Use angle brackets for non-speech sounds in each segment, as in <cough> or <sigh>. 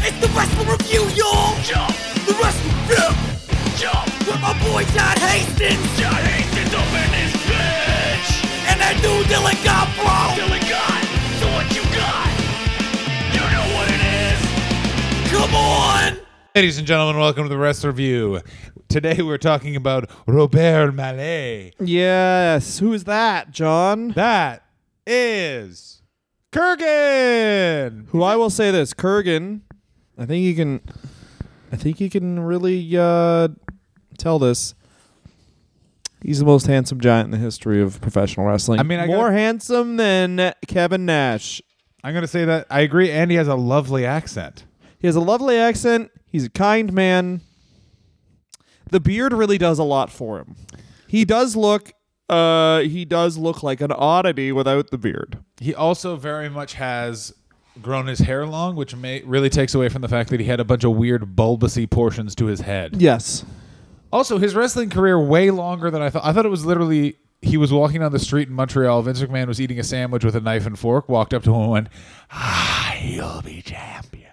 We'll review, y'all. Jump. The rest of the film. Jump. With my boy John Hastings. John Hastings up in this bitch. And that dude Dylan got bro. Dylan got. So what you got? You know what it is. Come on. Ladies and gentlemen, welcome to the Wrestler View. Today we're talking about Robert Mallet. Yes. Who's that, John? That is Kurgan. Who I will say this, Kurgan. I think you can. I think you can really uh, tell this. He's the most handsome giant in the history of professional wrestling. I mean, I more gotta- handsome than Kevin Nash. I'm going to say that I agree, and he has a lovely accent. He has a lovely accent. He's a kind man. The beard really does a lot for him. He does look. Uh, he does look like an oddity without the beard. He also very much has grown his hair long, which may, really takes away from the fact that he had a bunch of weird bulbousy portions to his head. Yes. Also, his wrestling career way longer than I thought. I thought it was literally he was walking down the street in Montreal. Vince McMahon was eating a sandwich with a knife and fork. Walked up to him and went, "Ah, you'll be champion."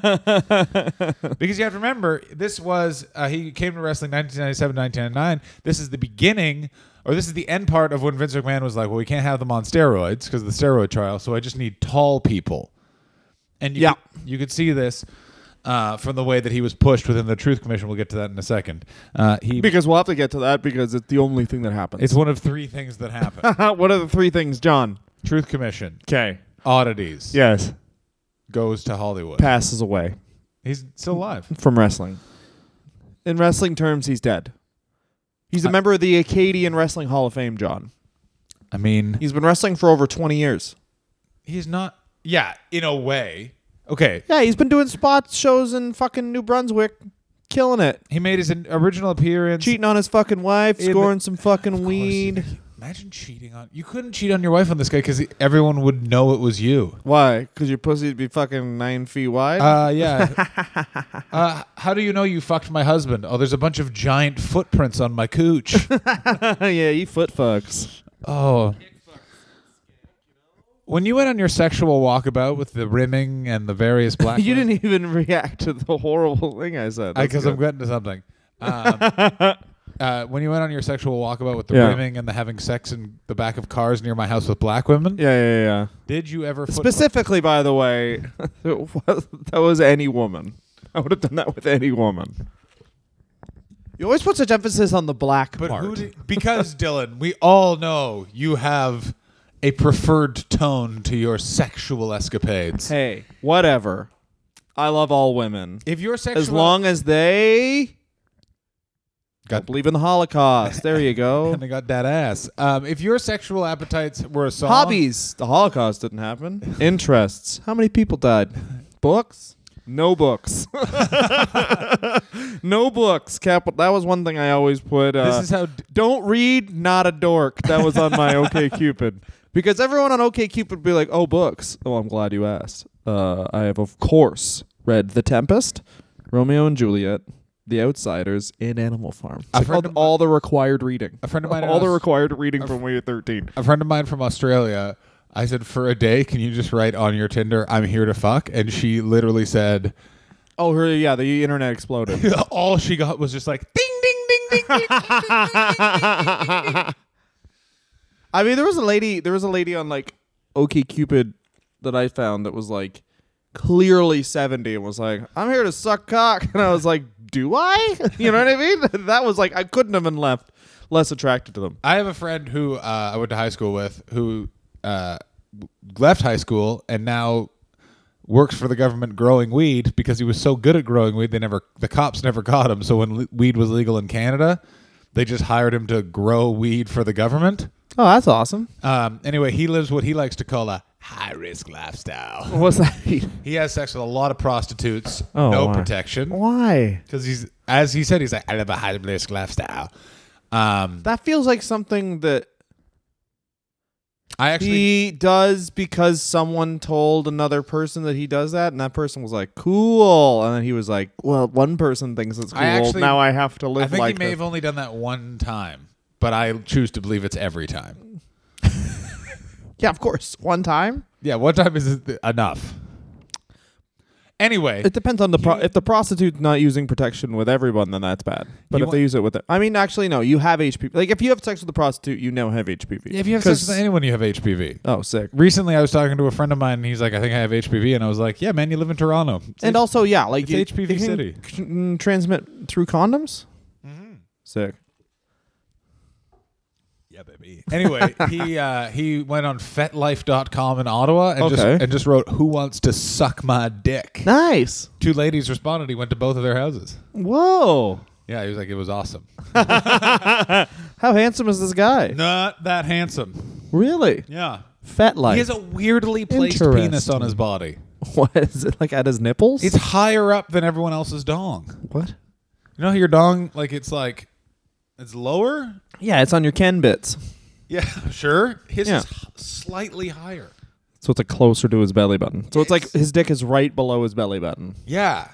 because you have to remember, this was uh, he came to wrestling 1997, 1999. This is the beginning, or this is the end part of when Vince McMahon was like, "Well, we can't have them on steroids because of the steroid trial, so I just need tall people." And you Yeah. could, you could see this uh, from the way that he was pushed within the Truth Commission. We'll get to that in a second. Uh, he Because we'll have to get to that because it's the only thing that happens. it's one of three things that <laughs> happen: what are the three things, John? Truth Commission, Okay. oddities, Yes. goes to Hollywood. Passes away He's still alive. from wrestling. In wrestling terms, he's dead. He's a member of the Acadian Wrestling Hall of Fame, John. I mean, He's been wrestling for over 20 years. he's not. Yeah, in a way. Okay, Yeah, he's been doing spot shows in fucking New Brunswick, killing it, he made his in- original appearance. cheating on his fucking wife, Yeah, scoring some fucking Of course he weed. did. Imagine cheating on. You couldn't cheat on your wife on this guy because everyone would know it was you. Why? Because your pussy'd be fucking nine feet wide? Uh, yeah. uh, how do you know you fucked my husband? Oh, there's a bunch of giant footprints on my cooch. <laughs> yeah, he foot fucks. oh. When you went on your sexual walkabout with the rimming and the <laughs> various black, You didn't even react to the horrible thing I said. That's because I'm getting good. to <laughs> something. Um, uh, when you went on your sexual walkabout with the Yeah. rimming and the having sex in the back of cars near my house with black women, Yeah, yeah, yeah. did you ever foot- Specifically, by the way, it was, <laughs> that was any woman. I would have done that with any woman. You always put such emphasis on the black But part. who did, <laughs> because Dylan, we all know you have a preferred tone to your sexual escapades. hey, whatever. I love all women If your sexual as long as they God. believe in the Holocaust. There you go. <laughs> and I got that ass. Um, if your sexual appetites were a song, Hobbies. The Holocaust <laughs> didn't happen. Interests. How many people died? Books. <laughs> No books. no books. Capital. That was one thing I always put. Uh, This is how. Don't read, not a dork. That was on my <laughs> OK Cupid because everyone on OK Cupid be like, "Oh, books. Oh, I'm glad you asked. Uh, I have of course read The Tempest, Romeo and Juliet, The Outsiders, and Animal Farm. A I've friend read of mi- all the required reading. A friend of mine all the asked- required reading from when you were 13. A friend of mine from Australia, I said for a day, can you just write on your Tinder, "I'm here to fuck," and she literally said, <laughs> Oh, her- yeah, the internet exploded. all she got was just like ding ding ding ding. ding, ding, ding, ding, ding, ding, ding, ding, ding, ding, ding, ding." <laughs> I mean, there was a lady. There was a lady on like OK Cupid that I found that was like clearly seventy and was like, "I'm here to suck cock," <laughs> and I was like, "Do I?" <laughs> You know what I mean? <laughs> that was like I couldn't have been left less attracted to them. I have a friend who uh, I went to high school with who uh, left high school and now works for the government growing weed because he was so good at growing weed they never the cops never caught him. So when le- weed was legal in Canada, they just hired him to grow weed for the government. Oh, that's awesome. Um, anyway, he lives what he likes to call a high risk lifestyle. <laughs> What's that? He has sex with a lot of prostitutes, Oh, no wow. protection, Why? because he's as he said he's like I live a high risk lifestyle. Um, That feels like something that I actually he does because someone told another person that he does that, and that person was like, "Cool," and then he was like, "Well, one person thinks it's cool. I actually- now I have to live I think like he may this." have only done that one time, but I choose to believe it's every time. yeah, of course. One time. Yeah, one time is enough. Anyway, It depends on the pro- if the prostitute's not using protection with everyone, then that's bad. But You if want- they use it with, it, I mean, actually, no. You have HPV. Like if you have sex with a prostitute, you now have HPV. if you have sex 'Cause- with anyone, you have HPV. oh, sick. Recently, I was talking to a friend of mine, and he's like, "I think I have HPV," and I was like, "Yeah, man, you live in Toronto." And also, yeah, like It's you- HPV you can city. Mm-hmm. c- mm, transmit through condoms. Sick. Yeah, baby. Anyway, <laughs> he uh, he went on FetLife.com in Ottawa and just Okay. and just wrote, "Who wants to suck my dick?" Nice. Two ladies responded. He went to both of their houses. Whoa. Yeah, he was like, "It was awesome." How handsome is this guy? Not that handsome. Really? Yeah, Fat life. he has a weirdly placed penis on his body. <laughs> what is it like at his nipples? It's higher up than everyone else's dong. what? You know how your dong like it's like it's lower. Yeah, it's on your Ken bits. Yeah, <laughs> sure. His Yeah. is h- slightly higher. So it's like closer to his belly button. So it's like his dick is right below his belly button. Yeah.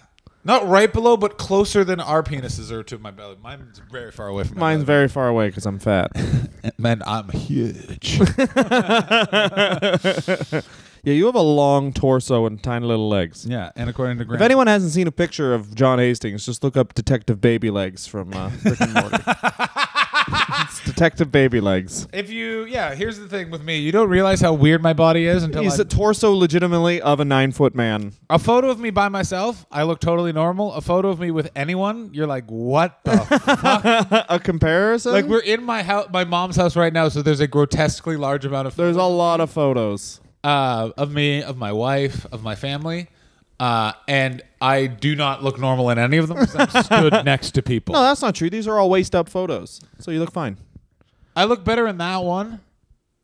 Not right below, but closer than our penises are to my belly. Mine's very far away from my Mine's very far away because I'm fat. very. Man, I'm huge. <laughs> yeah, you have a long torso and tiny little legs. yeah, and according to Grant, If anyone hasn't seen a picture of John Hastings, just look up Detective Baby Legs from uh, Rick and <laughs> Morty. it's Detective Baby Legs. if you, yeah, here's the thing with me: you don't realize how weird my body is until He's I- the torso legitimately of a nine foot man. a photo of me by myself. I look totally normal. A photo of me with anyone, you're like, what <laughs> the? Uh, A comparison? like we're in my house, my mom's house right now, so there's a grotesquely large amount of There's a lot of photos. uh, of me, of my wife, of my family. Uh, and I do not look normal in any of <laughs> them. 'cause I'm stood next to people. No, that's not true. These are all waist up photos. So you look fine. I look better in that one.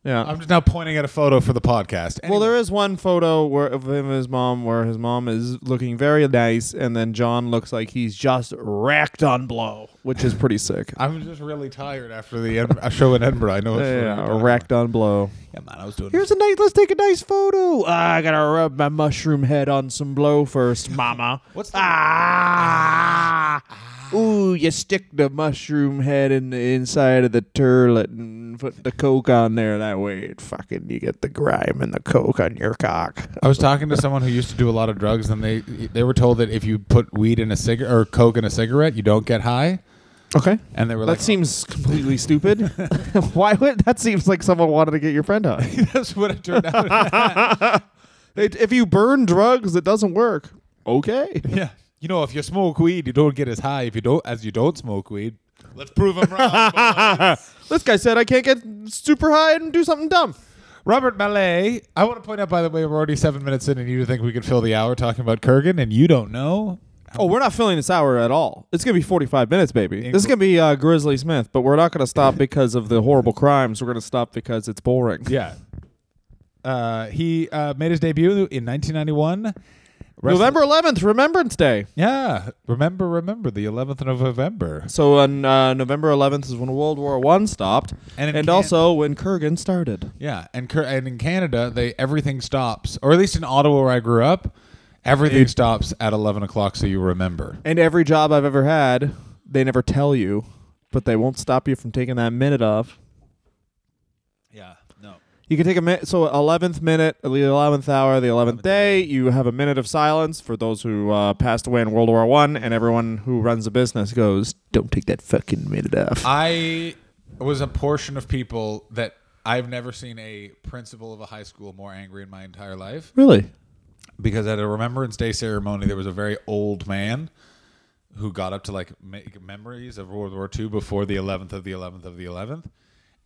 Yeah. I'm just now pointing at a photo for the podcast. well, Anyway, there is one photo where of him and his mom where his mom is looking very nice, and then John looks like he's just racked on blow, which is pretty <laughs> sick. I'm just really tired after the Ed- a show in Edinburgh. I know it's really yeah, tiring. racked on blow. Yeah, man, I was doing. Here's a nice. Let's take a nice photo. Ah, I gotta rub my mushroom head on some blow first, Mama. What's the- ah? Ooh, you stick the mushroom head in the inside of the turlet and put the coke on there. That way, it fucking you get the grime and the coke on your cock. I was talking to someone who used to do a lot of drugs, and they they were told that if you put weed in a cigarette or coke in a cigarette, you don't get high. Okay. And they were That like, seems completely <laughs> stupid. Why would that seems like someone wanted to get your friend <laughs> high? <laughs> "That's what it turned out." It- if you burn drugs, it doesn't work. Okay. yeah, you know, if you smoke weed, you don't get as high. If you don't, as you don't smoke weed, let's prove them wrong. This guy said I can't get super high and do something dumb. Robert Malay. I want to point out, by the way, we're already seven minutes in, and you think we could fill the hour talking about Kurgan, and you don't know. Oh, we're not filling this hour at all. It's gonna be forty-five minutes, baby. This is gonna be uh, Grizzly Smith, but we're not <laughs> gonna stop because of the horrible crimes. We're gonna stop because it's boring. Yeah. Uh, he uh, made his debut in 1991. Wrestling- November eleventh, Remembrance Day. Yeah. Remember, remember the 11th of November. So on uh, November eleventh is when World War One stopped, And in and Can- also when Kurgan started. Yeah, and Cur- and in Canada, they everything stops, or at least in Ottawa where I grew up, everything stops at 11 o'clock, so you remember. And every job I've ever had, they never tell you, but they won't stop you from taking that minute off. Yeah. No. You can take a minute. So, eleventh minute, the eleventh hour, the eleventh day. You have a minute of silence for those who uh, passed away in World War One, and everyone who runs a business goes, "Don't take that fucking minute off." I was a portion of people that I've never seen a principal of a high school more angry in my entire life really? because at a Remembrance Day ceremony, there was a very old man who got up to like make memories of World War II before the 11th of the 11th of the 11th.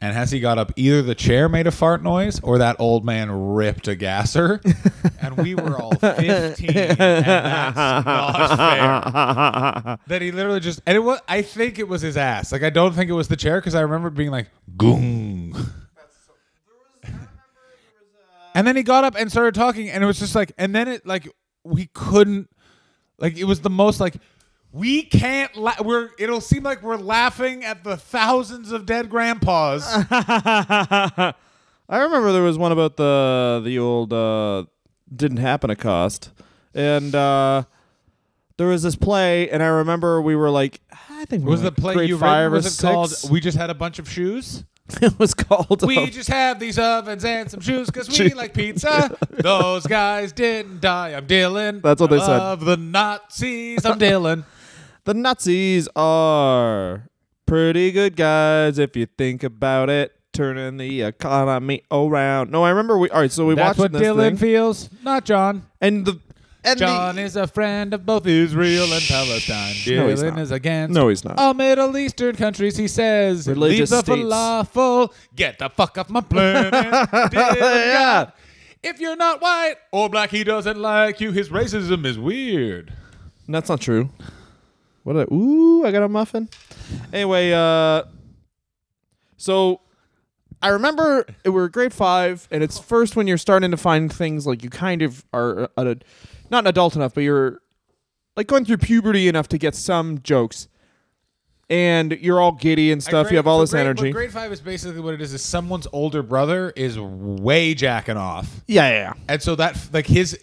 And as he got up, either the chair made a fart noise or that old man ripped a gasser. and we were all 15. and that's not fair. That he literally just, and it was, I think it was his ass. Like, I don't think it was the chair because I remember it being like, goong. and then he got up and started talking. And it was just like, and then it, like, we couldn't like it was the most like we can't. La- we're. It'll seem like we're laughing at the thousands of dead grandpas. <laughs> I remember there was one about the the old uh, didn't happen a cost, and uh, there was this play, and I remember we were like, I think we was were the in play grade you five read? or <laughs> Was it called? six. We just had a bunch of shoes. it was <laughs> called. We um, just have these ovens and some shoes because we like <laughs> pizza. Those guys didn't die. I'm Dylan. That's what they of said. the Nazis. I'm Dylan. the Nazis are pretty good guys if you think about it. Turning the economy around. No, I remember we. All right, so <laughs> we That's what watched this Dylan thing, feels, not John. and the and John the, is a friend of both Israel and Palestine. No, he's Dylan not. is against No, he's not. all Middle Eastern countries. He says, Religious "Leave the states." falafel, get the fuck off my <laughs> planet." Dylan Yeah. got, If you're not white or black, he doesn't like you. His racism is weird. That's not true. What? A, ooh, I got a muffin. Anyway, uh, so I remember we were grade five, and it's first when you're starting to find things like you kind of are a, not adult enough, but you're like going through puberty enough to get some jokes, and you're all giddy and stuff. you have all so this grade- energy. But grade five is basically what it is: is someone's older brother is way jacking off, yeah, yeah, yeah. and so that like his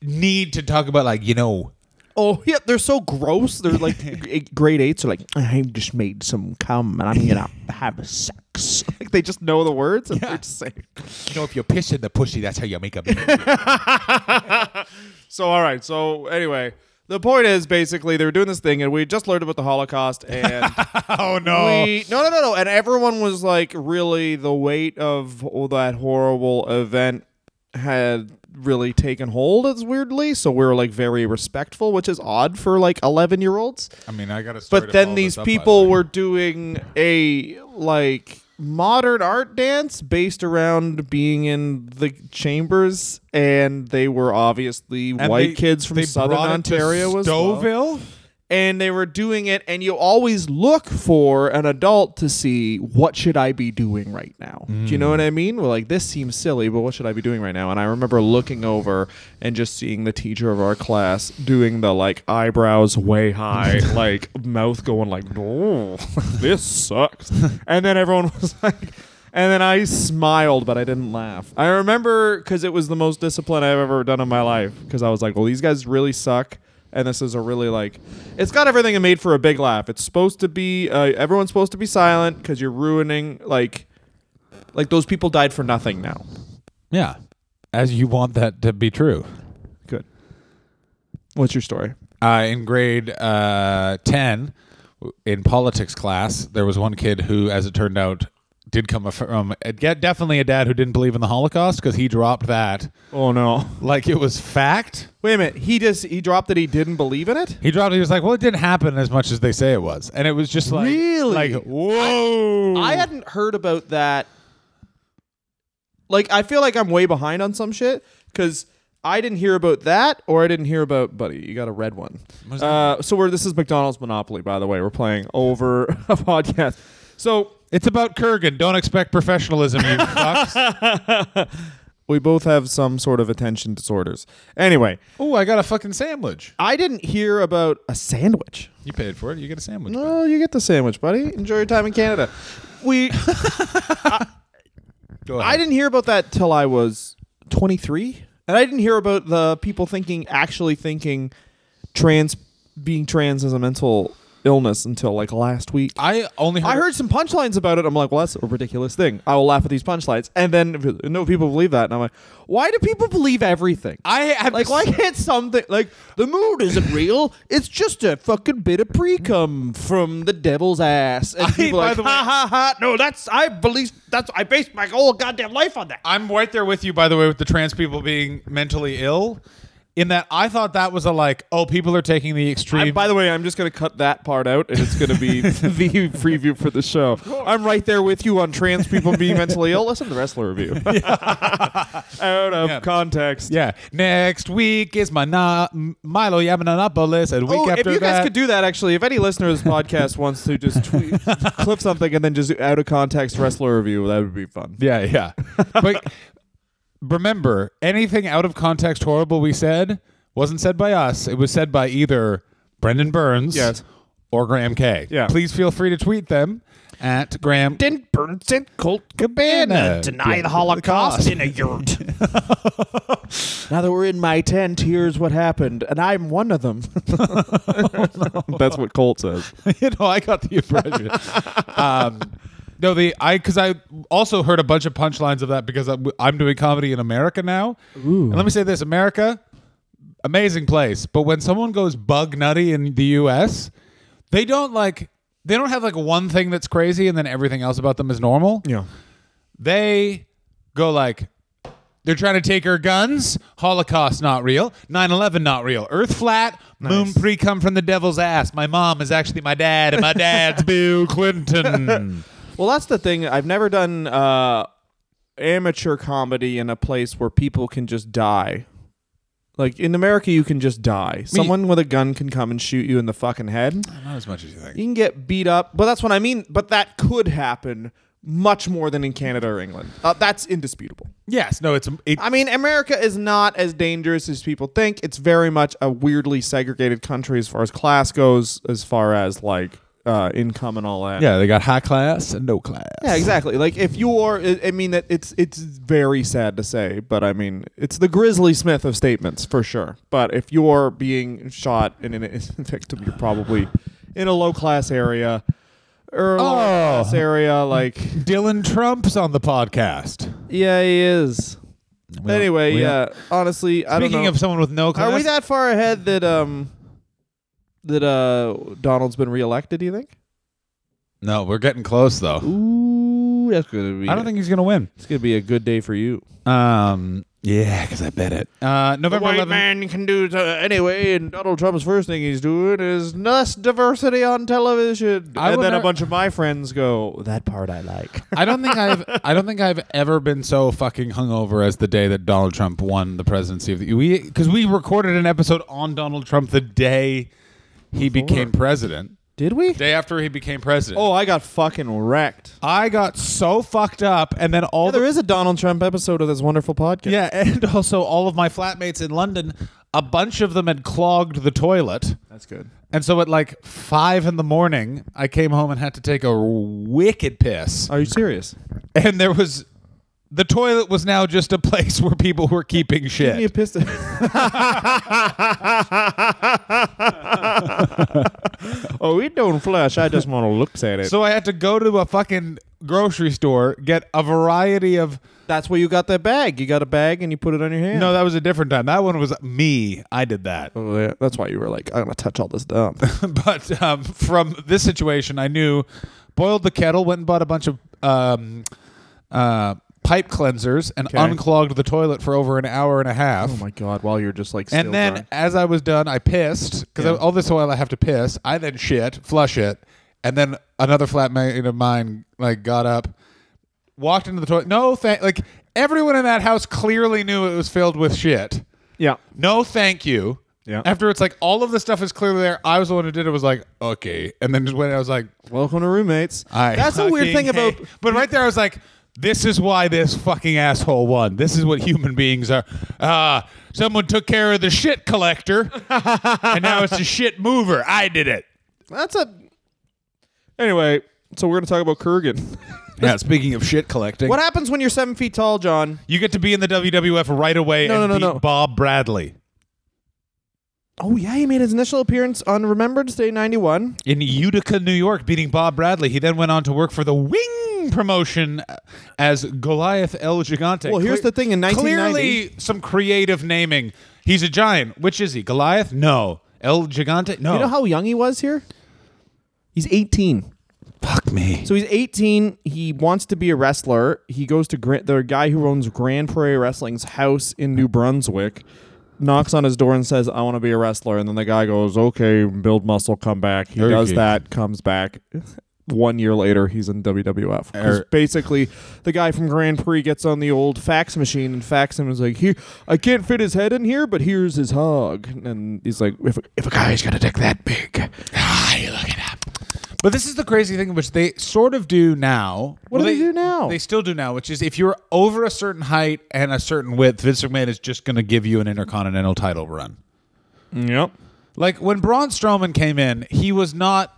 need to talk about like you know Oh yeah, they're so gross. They're <laughs> like g- grade eights are like, I just made some cum and I'm <laughs> gonna have sex. <laughs> Like they just know the words and Yeah. they're just saying. you know if you're pissing the pussy, that's how you make a. <laughs> So all right. So anyway, the point is basically they were doing this thing and we just learned about the <laughs> Holocaust and oh no! we no no no no and everyone was like really the weight of all that horrible event had really taken hold as weirdly so we were like very respectful which is odd for like 11 year olds I mean, I got a. Story but to then follow these this up, by the people way. were doing a like modern art dance based around being in the chambers and they were obviously And white they- kids from they southern brought it to ontario as well. Stouffville? and they were doing it and you always look for an adult to see what should i be doing right now do you know what i mean well like this seems silly but what should i be doing right now and i remember looking over and just seeing the teacher of our class doing the like eyebrows way high like mouth going like no this sucks and then everyone <laughs> was like and then I smiled, but I didn't laugh. I remember because it was the most discipline I've ever done in my life. Because I was like, well, these guys really suck. And this is a really like, it's got everything it made for a big laugh. It's supposed to be, uh, everyone's supposed to be silent because you're ruining, like, like those people died for nothing now. Yeah, as you want that to be true. Good. What's your story? uh, in grade uh, 10 w- in politics class there was one kid who as it turned out did come from uh, get definitely a dad who didn't believe in the holocaust because he dropped that Oh, no. like it was fact Wait a minute. He just, he dropped that he didn't believe in it? he dropped it he was like well it didn't happen as much as they say it was and it was just like Really? like whoa I hadn't heard about that. Like, I feel like I'm way behind on some shit because I didn't hear about that, or I didn't hear about Buddy. You got a red one. What is that? Uh, so we're this is McDonald's Monopoly, by the way. We're playing over <laughs> a podcast. So it's about kurgan don't expect professionalism <laughs> you fucks we both have some sort of attention disorders. Anyway, oh i got a fucking sandwich I didn't hear about a sandwich. you paid for it you get a sandwich No, you get the sandwich, buddy. Enjoy your time in Canada. We Go ahead. I didn't hear about that till I was 23, and I didn't hear about the people thinking actually thinking trans being trans is a mental illness until like last week. i only heard I heard some punchlines about it. I'm like, well, that's a ridiculous thing. I will laugh at these punchlines, and then no people believe that, and I'm like, why do people believe everything? i have like, why can't something like the mood isn't real? It's just a fucking bit of pre cum from the devil's ass. And I- people by are like, the way- ha ha ha! No, that's I believe that's I based my whole goddamn life on that. I'm right there with you, by the way, with the trans people being mentally ill. In that, I thought that was a like, oh, people are taking the extreme. I, by the way, I'm just going to cut that part out, and it's going to <laughs> be the preview for the show. I'm right there with you on trans people being mentally ill. Listen to the wrestler review. <laughs> out of Yeah. context. yeah. Next week is my na- M- Milo Yiannopoulos, and week Oh, if after you guys that, could do that, actually, if any listener of this podcast wants to just tweet, <laughs> clip something and then just do out of context wrestler review, that would be fun. yeah, yeah. <laughs> but remember, anything out of context horrible we said wasn't said by us. It was said by either Brendan Burns, Yes. or Graham K. Yeah. Please feel free to tweet them at Graham. Captain Burns and Colt Cabana Cabana. deny the Holocaust <laughs> Holocaust. in a yurt. Now that we're in my tent, here's what happened, and I'm one of <laughs> them. <laughs> That's what Colt says. you know, I got the impression. um, No, the I because I also heard a bunch of punchlines of that because I'm, I'm doing comedy in America now. And let me say this: America, amazing place. But when someone goes bug nutty in the U.S., they don't like they don't have like one thing that's crazy and then everything else about them is normal. Yeah. They go like. They're trying to take our guns. Holocaust not real. 9/11 not real. Earth flat. Moon pre come from the devil's ass. My mom is actually my dad, <laughs> and my dad's Bill Clinton. Well, that's the thing. I've never done uh, amateur comedy in a place where people can just die. Like in America, you can just die. Someone with a gun can come and shoot you in the fucking head. <laughs> Not as much as you think. You can get beat up, but that's what I mean. But that could happen much more than in Canada or England. Uh, that's indisputable. Yes, no, it's it, I mean, America is not as dangerous as people think. It's very much a weirdly segregated country as far as class goes, as far as like uh, income and all that. yeah, they got high class and no class. Yeah, exactly. Like if you're, I- I mean, that it's it's very sad to say, but I mean, it's the Grizzly Smith of statements for sure. But if you're being shot and an innocent victim, you're probably in a low class area or a lower Oh. class area. Like, Dylan Trump's on the podcast. yeah, he is. anyway, we yeah. Honestly, I don't know. Speaking of someone with no class, Are we that far ahead that um that uh Donald's been reelected? Do you think? No, we're getting close though. Ooh, that's gonna be. I don't think he's gonna win. it's gonna be a good day for you. Um, yeah, because I bet it. Uh, November White 11th. man can do t- uh, anyway, and Donald Trump's first thing he's doing is less diversity on television. I and would then a not- bunch of my friends go, "That part I like." <laughs> I don't think I've I don't think I've ever been so fucking hungover as the day that Donald Trump won the presidency of the we because we recorded an episode on Donald Trump the day he became president, Did we? day after he became president. <laughs> Oh, I got fucking wrecked. I got so fucked up, and then all Yeah, the there is a Donald Trump episode of this wonderful podcast. <laughs> Yeah, and also all of my flatmates in London, a bunch of them had clogged the toilet. that's good. And so at like five in the morning, I came home and had to take a wicked piss. Are you serious? <laughs> And there was the toilet was now just a place <laughs> where people were keeping Give me a shit. pistol. <laughs> oh, it don't flush. I just want to look at it. So I had to go to a fucking grocery store, get a variety of that's where you got that bag. You got a bag and you put it on your hand. No, that was a different time. That one was me. I did that. Oh, yeah. That's why you were like, I'm gonna touch all this dump. <laughs> but um, from this situation, I knew boiled the kettle, went and bought a bunch of um, uh, pipe cleansers, and Okay. unclogged the toilet for over an hour and a half. oh my god! While you're just like, still and then, dry. as I was done, I pissed because Yeah. all this while I have to piss. I then shit, flush it, and then another flatmate of mine like got up, walked into the toilet. No, thank like everyone in that house clearly knew it was filled with shit yeah, no thank you Yeah. after it's like all of the stuff is clearly there i was the one who did it was like okay and then just when i was like welcome to roommates. I that's a weird fucking thing about. hate- but right there i was like this is why this fucking asshole won this is what human beings are ah someone took care of the shit collector and now it's a shit mover i did it That's a. Anyway, so we're gonna talk about Kurgan. <laughs> yeah speaking of shit collecting what happens when you're seven feet tall, John? you get to be in the wwf right away No, and no, no, beat no. bob bradley Oh yeah, he made his initial appearance on Remembrance Day '91. in Utica, New York, beating Bob Bradley. He then went on to work for the Wing promotion as Goliath El Gigante. Well, here's the thing, in 1990 clearly some creative naming. He's a giant. Which is he? Goliath? No. El Gigante? No. You know how young he was here? He's 18. fuck me. So he's 18. He wants to be a wrestler. He goes to Gran- the guy who owns Grand Prairie Wrestling's house in New Brunswick, knocks on his door and says, I want to be a wrestler. And then the guy goes, Okay, build muscle, come back. He does Okay. that, comes back. One year later, he's in WWF. 'Cause Er- basically, the guy from Grand Prix gets on the old fax machine and fax him and is like, "Here, I can't fit his head in here, but here's his hog." And he's like, "If, if a guy's got a dick that big, Ah, you look it up. But this is the crazy thing, which they sort of do now. What do they do now? They still do now, which is if you're over a certain height and a certain width, Vince McMahon is just going to give you an intercontinental title run. yep, Like when Braun Strowman came in, he was not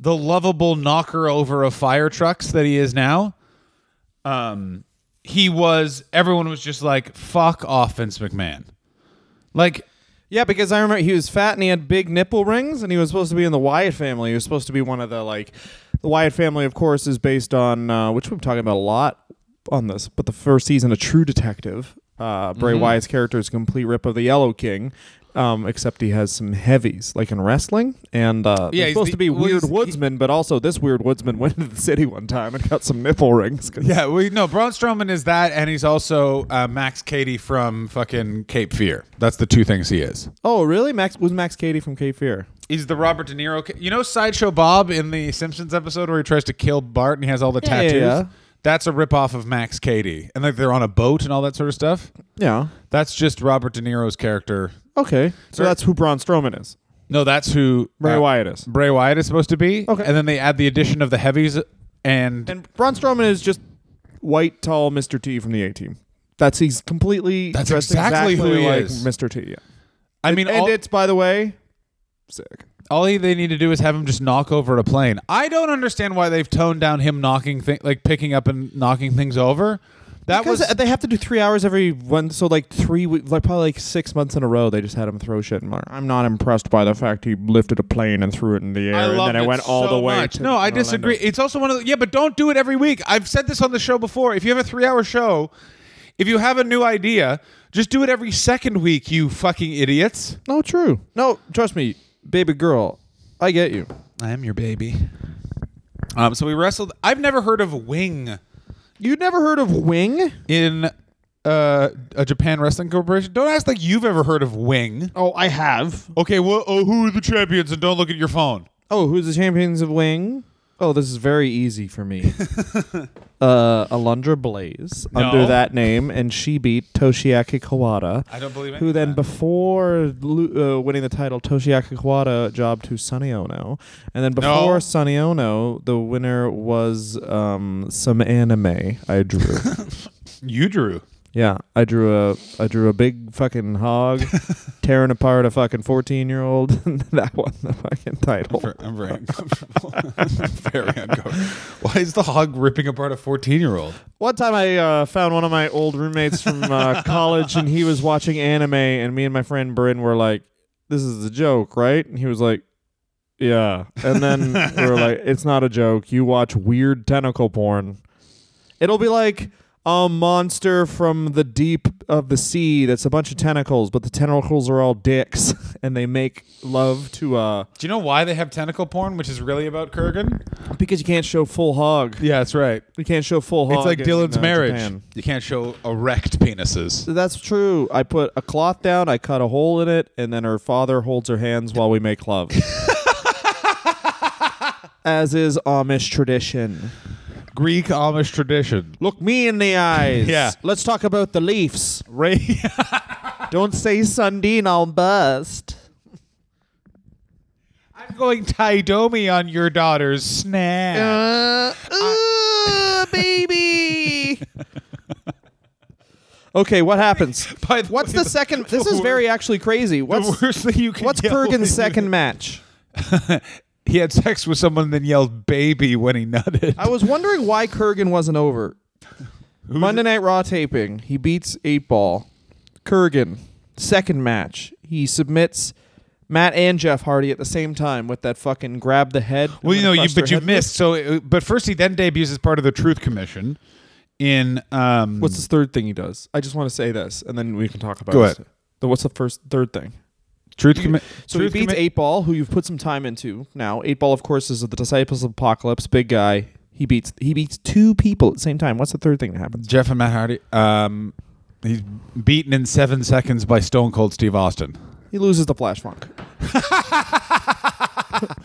the lovable knocker over of fire trucks that he is now. Um, he was. Everyone was just like, "Fuck off, Vince McMahon." Like, Yeah, because I remember he was fat and he had big nipple rings, and he was supposed to be in the Wyatt family. He was supposed to be one of the like The Wyatt family, of course, is based on uh, which we've been talking about a lot on this, but the first season of True Detective. Uh, Bray Mm-hmm. Wyatt's character is a complete rip of the Yellow King, um, except he has some heavies, like in wrestling. And uh, Yeah, yeah, he's supposed the- to be well, weird he's- he- woodsman, but also this weird woodsman <laughs> went into the city one time and got some <laughs> nipple rings. 'cause- Yeah, we no Braun Strowman is that, and he's also uh, Max Cady from fucking Cape Fear. That's the two things he is. Oh, really? Max was Max Cady from K Fear. He's the Robert De Niro. ca- You know Sideshow Bob in the Simpsons episode where he tries to kill Bart and he has all the Yeah, yeah, tattoos? yeah. That's a ripoff of Max Cady. And like they're on a boat and all that sort of stuff. Yeah. That's just Robert De Niro's character. Okay. So that's who Braun Strowman is. No, that's who Bray uh, Wyatt is. Bray Wyatt is supposed to be. Okay. And then they add the addition of the heavies and, And Braun Strowman is just white, tall Mr. T from the A Team. That's he's completely That's dressed exactly who he like is. Mr. T. Yeah. I mean and all, it's by the way, sick. all he- they need to do is have him just knock over a plane. I don't understand why they've toned down him knocking thi- like picking up and knocking things over. That Because was they have to do three hours every one, so like three, we- like probably like six months in a row, they just had him throw shit. And like, I'm not impressed by the fact he lifted a plane and threw it in the air, and love then I went all the way. to no, I Orlando. disagree. It's also one of the, yeah, but don't do it every week. I've said this on the show before. If you have a three-hour show, if you have a new idea, just do it every second week. You fucking idiots! No, true. No, trust me, baby girl, I get you. I am your baby. Um, so we wrestled. I've never heard of Wing You never heard of Wing? in uh, a Japan Wrestling Corporation. Don't ask like you've ever heard of Wing. Oh, I have. Okay, well, oh, who are the champions? And don't look at your phone. Oh, who's the champions of Wing? Oh, this is very easy <laughs> for me. uh, Alundra Blaze under No. that name, and she beat Toshiaki Kawada. I don't believe any Who of then, that. before lo- uh, winning the title, Toshiaki Kawada jobbed to Sonny Ono, and then before No. Sonny Ono, the winner was um, some anime <laughs> I drew. You drew. yeah, I drew a I drew a big fucking <laughs> hog tearing apart a fucking fourteen year old, and <laughs> that won the fucking title. I'm very <laughs> uncomfortable. very uncomfortable. Why is the hog ripping apart a 14 year old? One time I uh, found one of my old roommates from <laughs> uh, college and he was watching anime and me and my friend Bryn were like, this is a joke, right? And he was like, yeah. And then we were like, it's not a joke. You watch weird tentacle porn. It'll be like a monster from the deep of the sea that's a bunch of tentacles, but the tentacles are all dicks <laughs> and they make love to uh Do you know why they have tentacle porn, which is really about Kurgan? because you can't show full hog. Yeah, that's right. You can't show full hog. It's like in, Dylan's uh, marriage. Japan. You can't show erect penises. That's true. I put a cloth down, I cut a hole in it, and then her father holds her hands while we <laughs> make love. As is Amish tradition. Greek Amish tradition. Look me in the eyes. Yeah. Let's talk about the Leafs. Ray. <laughs> Don't say Sundin, I'll bust. I'm going Taidomi on your daughter's snap. Uh, uh, <laughs> baby. okay, <laughs> what happens? By the What's way, the second? This is very actually crazy. The What's worst thing you can what's yell when you- <laughs> Kurgan's second match? He had sex with someone and then yelled baby when he nutted. I was wondering why Kurgan wasn't over. Monday Night Raw taping. He beats 8 Ball. Kurgan, second match. He submits Matt and Jeff Hardy at the same time with that fucking grab the head. Well, you know, you, Crush their but you head. missed. So, it, but first he then debuts as part of the Truth Commission in um, What's this third thing he does? I just want to say this, and then we can talk about Go it. ahead. The- what's the first third thing? Truth Commission. So he beats Eight Ball, who you've put some time into now. Eight Ball, of course, is the Disciples of Apocalypse, big guy. He beats he beats two people at the same time. What's the third thing that happens? Jeff and Matt Hardy. Um, he's beaten in seven seconds by Stone Cold Steve Austin. He loses the Flash Funk. <laughs>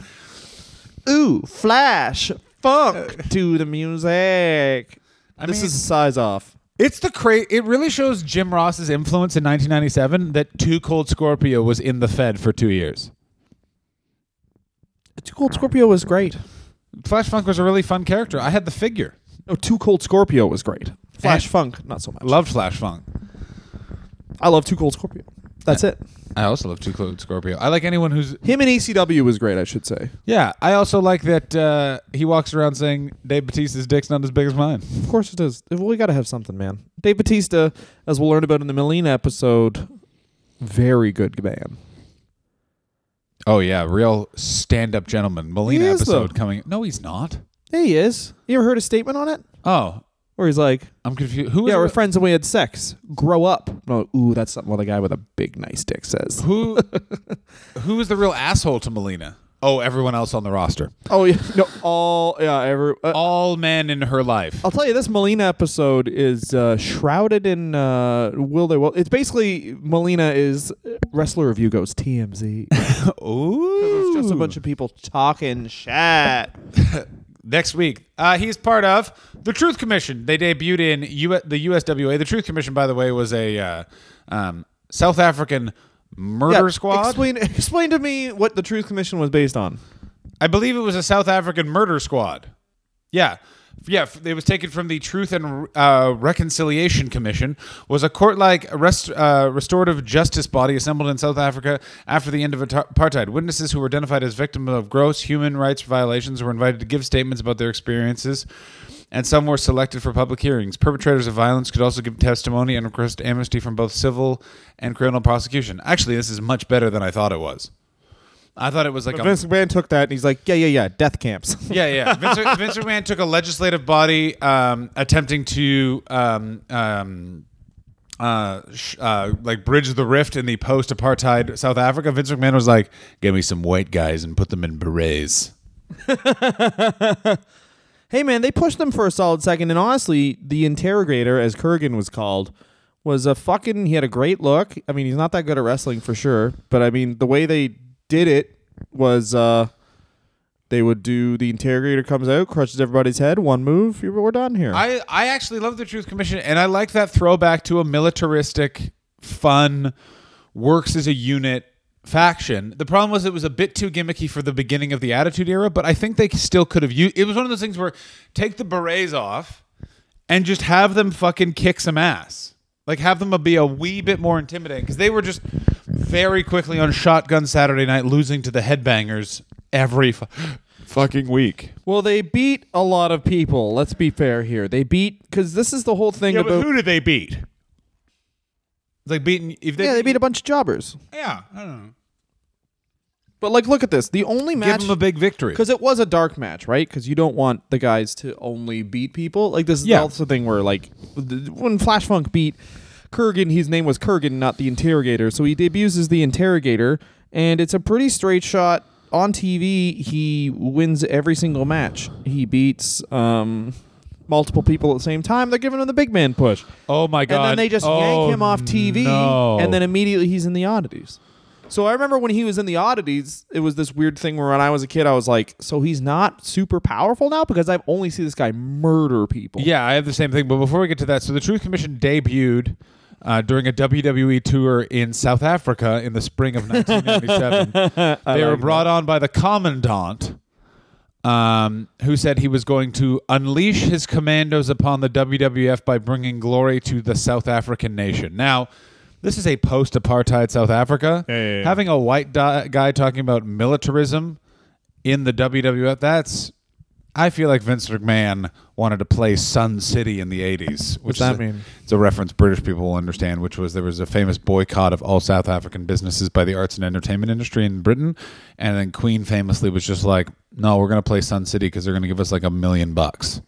Ooh, Flash Funk to the music. this mean- is a size off. It's the cra- It really shows Jim Ross's influence in 1997 that Two Cold Scorpio was in the Fed for two years. Too Cold Scorpio was great. Flash Funk was a really fun character. I had the figure. No, Oh, Too Cold Scorpio was great. Flash And- Funk, not so much. I loved Flash Funk. I love Too Cold Scorpio. That's it. I also love Two Cold Scorpio. I like anyone who's Him in ECW was great, I should say. yeah. I also like that uh, he walks around saying Dave Batista's dick's not as big as mine. Of course it is. Well, we got to have something, man. Dave Batista, as we'll learn about in the Melina episode, very good man. Oh yeah, real stand-up gentleman. Molina He is, episode though. coming. No, he's not. There he is. You ever heard a statement on it? Oh, Where he's like, I'm confused. Who? "Yeah, is we're it? friends and we had sex. Grow up." No, ooh, that's something what a guy with a big nice dick says. Who? who is the real asshole to Molina? Oh, everyone else on the roster. Oh yeah, <laughs> no, all yeah, every. uh, All men in her life. I'll tell you, this Melina episode is uh, shrouded in uh, will they will. It's basically Melina is uh, wrestler review <laughs> goes TMZ. Ooh. it's just a bunch of people talking shit. Next week, uh, he's part of the Truth Commission. They debuted in U- the USWA. The Truth Commission, by the way, was a uh, um, South African murder Yeah, squad. Explain, <laughs> explain to me what the Truth Commission was based on. I believe it was a South African murder squad. Yeah. Yeah, f- it was taken from the Truth and uh, Reconciliation Commission, was a court-like arrest, uh, restorative justice body assembled in South Africa after the end of atar- apartheid. Witnesses who were identified as victims of gross human rights violations were invited to give statements about their experiences, and some were selected for public hearings. Perpetrators of violence could also give testimony and request amnesty from both civil and criminal prosecution. Actually, this is much better than I thought it was. I thought it was like a Vince McMahon took that and he's like, yeah, yeah, yeah, <laughs> death camps. yeah, yeah. Vince, Vince McMahon took a legislative body um, attempting to um, um, uh, sh- uh, like bridge the rift in the post-apartheid South Africa. Vince McMahon was like, "Give me some white guys and put them in berets." hey, man, they pushed them for a solid second. And honestly, the interrogator, as Kurgan was called, was a fucking. He had a great look. I mean, he's not that good at wrestling for sure, but I mean, the way they did it was uh, they would do the interrogator comes out, crushes everybody's head, one move, you're, we're done here. I I actually love the Truth Commission, and I like that throwback to a militaristic, fun, works as a unit faction. The problem was it was a bit too gimmicky for the beginning of the Attitude Era, but I think they still could have used. It was one of those things where take the berets off and just have them fucking kick some ass. Like have them be a wee bit more intimidating because they were just very quickly on Shotgun Saturday Night losing to the Headbangers every fu- fucking week. well, they beat a lot of people. Let's be fair here. They beat because this is the whole thing Yeah, but about. who did they beat? Like beating if they yeah, they beat a bunch of jobbers. yeah I don't know. But like, look at this. The only match Give them a big victory. because it was a dark match, right? Because you don't want the guys to only beat people. Like this is Yeah. also the thing where like th- when Flash Funk beat Kurgan, his name was Kurgan, not the interrogator. So he debuts as the interrogator, and it's a pretty straight shot. On TV, he wins every single match. He beats um, multiple people at the same time. They're giving him the big man push. Oh my And god! then they just Oh, yank him off TV, no. and then immediately he's in the oddities. So I remember when he was in the oddities, it was this weird thing where when I was a kid, I was like, so he's not super powerful now because I've only seen this guy murder people. yeah, I have the same thing. But before we get to that, so the Truth Commission debuted uh, during a WWE tour in South Africa in the spring of <laughs> 1997. they were brought on by the commandant. Um, who said he was going to unleash his commandos upon the WWF by bringing glory to the South African nation? Now, this is a post-apartheid South Africa. yeah, yeah. Having a white di- guy talking about militarism in the WWF, that's I feel like Vince McMahon wanted to play Sun City in the 80s. Which What's that is a- mean? It's a reference British people will understand, which was there was a famous boycott of all South African businesses by the arts and entertainment industry in Britain. And then Queen famously was just like, no, we're going to play Sun City because they're going to give us like a million bucks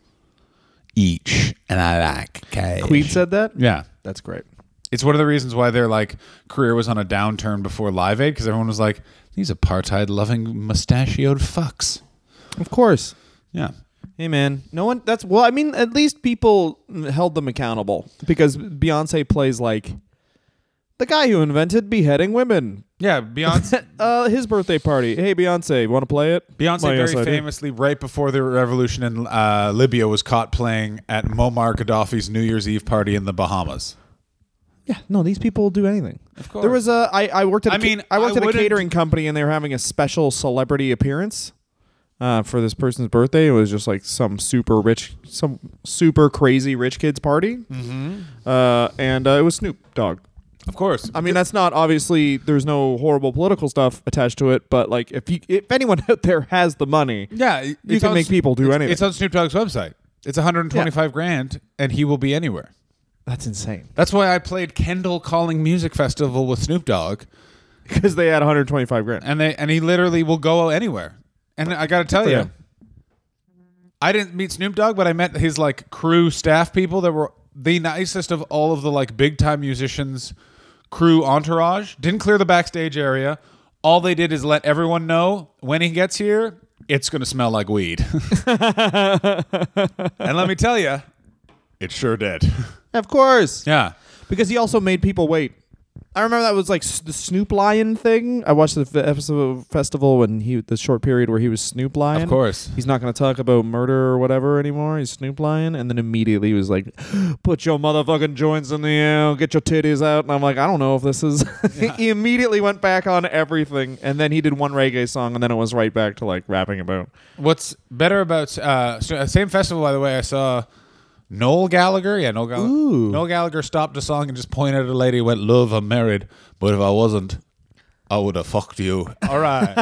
each. And I like cash. Queen said that? Yeah. That's great. It's one of the reasons why their like career was on a downturn before Live Aid because everyone was like, these apartheid loving mustachioed fucks. Of course. Yeah. Hey, man. No one, that's, well, I mean, at least people held them accountable because Beyonce plays like the guy who invented beheading women. Yeah, Beyonce. <laughs> Uh, his birthday party. Hey, Beyonce, want to play it? Beyonce Well, yes, very I do. famously, right before the revolution in uh, Libya, was caught playing at Muammar Gaddafi's New Year's Eve party in the Bahamas. Yeah, no, these people will do anything. Of course. There was a I, I worked at I a ca- mean, I worked I at a wouldn't- catering company and they were having a special celebrity appearance uh, for this person's birthday. It was just like some super rich, some super crazy rich kids party, mm-hmm. uh, and uh, it was Snoop Dogg. Of course. I mean, that's not obviously. There's no horrible political stuff attached to it, but like if you if anyone <laughs> out there has the money, yeah, you can make people do anything. It's on Snoop Dogg's website. It's 125 grand, and he will be anywhere. that's insane. <laughs> That's why I played Kendall Calling Music Festival with Snoop Dogg because they had 125 grand. and they and he literally will go anywhere. And I got to tell you, him. I didn't meet Snoop Dogg, but I met his like crew staff people that were the nicest of all of the like big time musicians crew entourage. Didn't clear the backstage area. All they did is let everyone know when he gets here, it's going to smell like weed. <laughs> and let me tell you, it sure did. Of course, Yeah. because he also made people wait. I remember that was like s- the Snoop Lion thing. I watched the f- episode of festival when he the short period where he was Snoop Lion. Of course. He's not going to talk about murder or whatever anymore. He's Snoop Lion. And then immediately he was like, <gasps> put your motherfucking joints in the air, get your titties out. And I'm like, I don't know if this is. <laughs> he immediately went back on everything. And then he did one reggae song, and then it was right back to like rapping about. What's better about uh, so- same festival? By the way, I saw Noel Gallagher. Yeah, Noel Gallagher. Ooh. Noel Gallagher stopped a song and just pointed at a lady. and Went, "Love, I'm married, but if I wasn't, I would have fucked you." All <laughs> right.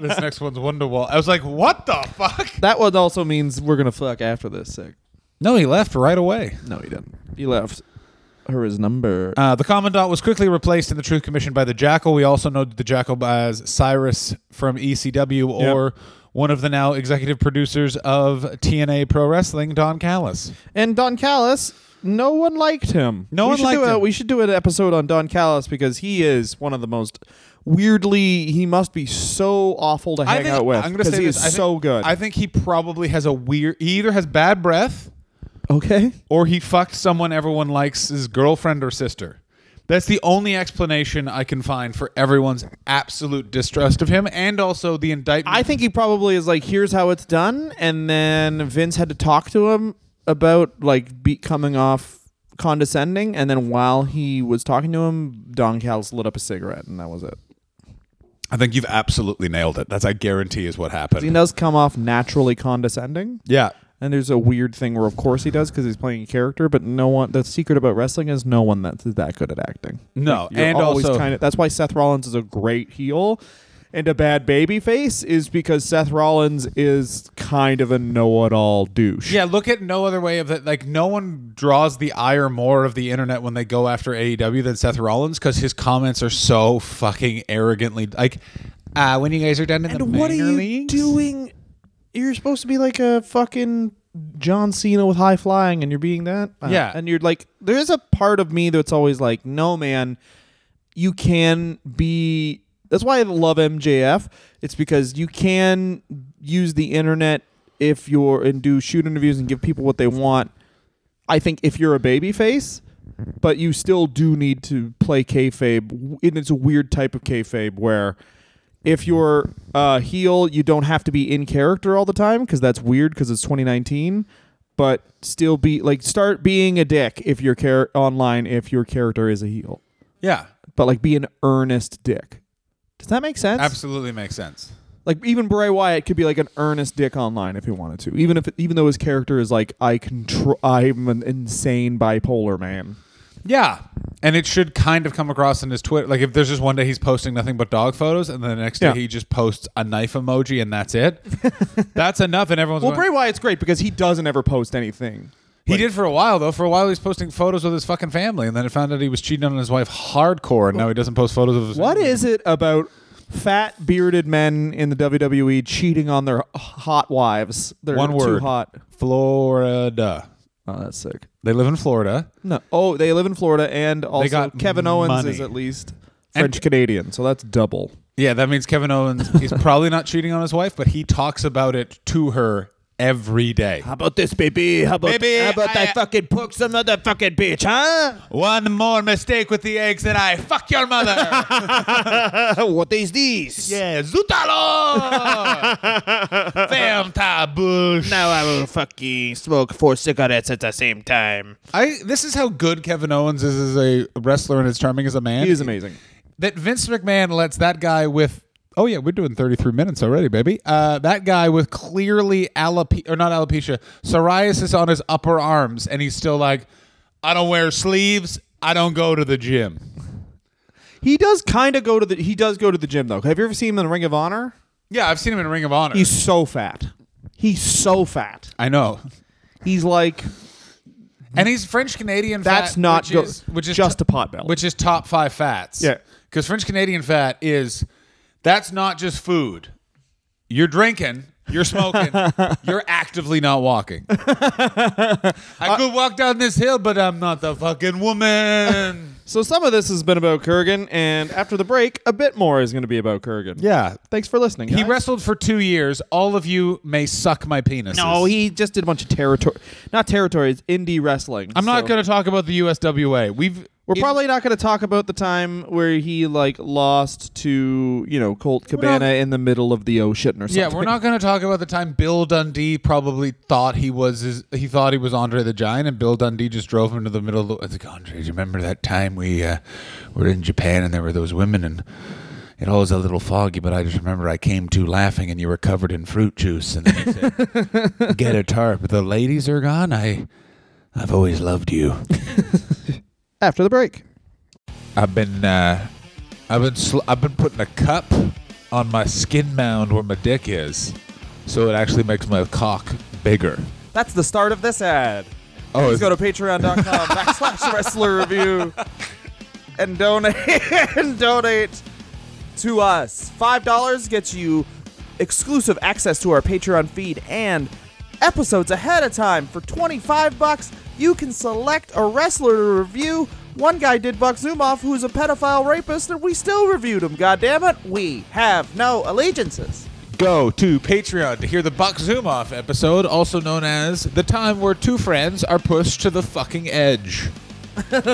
this next one's Wonderwall. I was like, "What the fuck?" That one also means we're going to fuck after this. Sick. No, he left right away. No, he didn't. He left her his number. Uh, the Commandant was quickly replaced in the Truth Commission by the Jackal. We also know the Jackal as Cyrus from ECW or one of the now executive producers of TNA Pro Wrestling, Don Callis. and Don Callis, no one liked him. No We one should liked do a- him. We should do an episode on Don Callis because he is one of the most weirdly. He must be so awful to hang out with I'm gonna because say he this. is I think- so good. I think he probably has a weird. He either has bad breath okay, or he fucked someone everyone likes his girlfriend or sister. That's the only explanation I can find for everyone's absolute distrust of him, and also the indictment. I think he probably is like, here's how it's done, and then Vince had to talk to him about like be coming off condescending, and then while he was talking to him, Don Callis lit up a cigarette, and that was it. I think you've absolutely nailed it. That's I guarantee is what He happened. does come off naturally condescending. Yeah, And there's a weird thing where, of course, he does because he's playing a character. But no one. The secret about wrestling is no one that's that good at acting. No, Like, you're and always also- kind of. That's why Seth Rollins is a great heel, and a bad baby face is because Seth Rollins is kind of a know-it-all douche. yeah. Look at no other way of that. Like no one draws the ire more of the internet when they go after AEW than Seth Rollins because his comments are so fucking arrogantly like. Uh, when you guys are done in the And what are minor you leagues?" doing? You're supposed to be like a fucking John Cena with high flying, and you're being that. Uh, Yeah. and you're like, there is a part of me that's always like, no, man, you can be. That's why I love MJF. It's because you can use the internet if you're and do shoot interviews and give people what they want. I think if you're a babyface, but you still do need to play kayfabe, and it's a weird type of kayfabe where if you're uh, heel, you don't have to be in character all the time because that's weird because it's 2019. But still, be like start being a dick if you're char- online if your character is a heel, Yeah, but like be an earnest dick. Does that make sense? absolutely makes sense. Like even Bray Wyatt could be like an earnest dick online if he wanted to, even if even though his character is like I control, I'm an insane bipolar man. Yeah. And it should kind of come across in his Twitter. Like if there's just one day he's posting nothing but dog photos, and then the next day Yeah. he just posts a knife emoji, and that's it. <laughs> that's enough. And everyone's Well, going, Bray Wyatt's great because he doesn't ever post anything. he did for a while though. For a while he was posting photos with his fucking family, and then it found out he was cheating on his wife hardcore, and now he doesn't post photos of his. What is it about fat bearded men in the WWE cheating on their hot wives? They're One too word. hot. Florida? Oh, that's sick. They live in Florida. No. Oh, they live in Florida, and also got Kevin Owens money. is at least And- French Canadian, so that's double. Yeah, that means Kevin Owens. he's probably not cheating on his wife, but he talks about it to her every day. How about this, baby? How about, Baby, how about I, I- fucking poke some other fucking bitch, huh? One more mistake with the eggs, and I fuck your mother. <laughs> what is this? Yeah, <laughs> Zutalo! Femta Bush. Now I will fucking smoke four cigarettes at the same time. I this is how good Kevin Owens is as a wrestler and as charming as a man. He is amazing. That Vince McMahon lets that guy with Oh yeah, we're doing 33 minutes already, baby. Uh, that guy with clearly alopecia or not alopecia, psoriasis on his upper arms and he's still like I don't wear sleeves. I don't go to the gym. He does kind of go to the he does go to the gym though. Have you ever seen him in Ring of Honor? Yeah, I've seen him in Ring of Honor. He's so fat. He's so fat. I know. He's like And he's French Canadian that's fat, not which go- is, which is just t- a pot belly. which is top five fats. Yeah. because French Canadian fat is that's not just food. You're drinking, you're <laughs> smoking, you're actively not walking. Uh, I could walk down this hill, but I'm not the fucking <laughs> woman. So some of this has been about Kurgan, and after the break, a bit more is going to be about Kurgan. yeah. Thanks for listening. He guys. wrestled for two years. All of you may suck my penis. No, he just did a bunch of territory, not territories, indie wrestling. I'm not so- going to talk about the USWA. We've We're it- probably not going to talk about the time where he like lost to you know Colt Cabana not- in the middle of the ocean or something. Yeah, we're not going to talk about the time Bill Dundee probably thought he was his, he thought he was Andre the Giant, and Bill Dundee just drove him to the middle of the. It's like Andre, do you remember that time we uh, were in Japan and there were those women and it all was a little foggy, but I just remember I came to laughing and you were covered in fruit juice and then he <laughs> said, "Get a tarp." The ladies are gone. I I've always loved you. <laughs> After the break, I've been uh, I've been sl- I've been putting a cup on my skin mound where my dick is, so it actually makes my cock bigger. That's the start of this ad. Oh, Please is- go to <laughs> patreon.com backslash wrestler review and donate <laughs> and donate to us. Five dollars gets you exclusive access to our Patreon feed and episodes ahead of time. For 25 bucks, you can select a wrestler to review. One guy did Buck Zumov, who's a pedophile rapist, and we still reviewed him. God damn it, we have no allegiances. go to Patreon to hear the Buck Zoom Off episode, also known as the time where two friends are pushed to the fucking edge.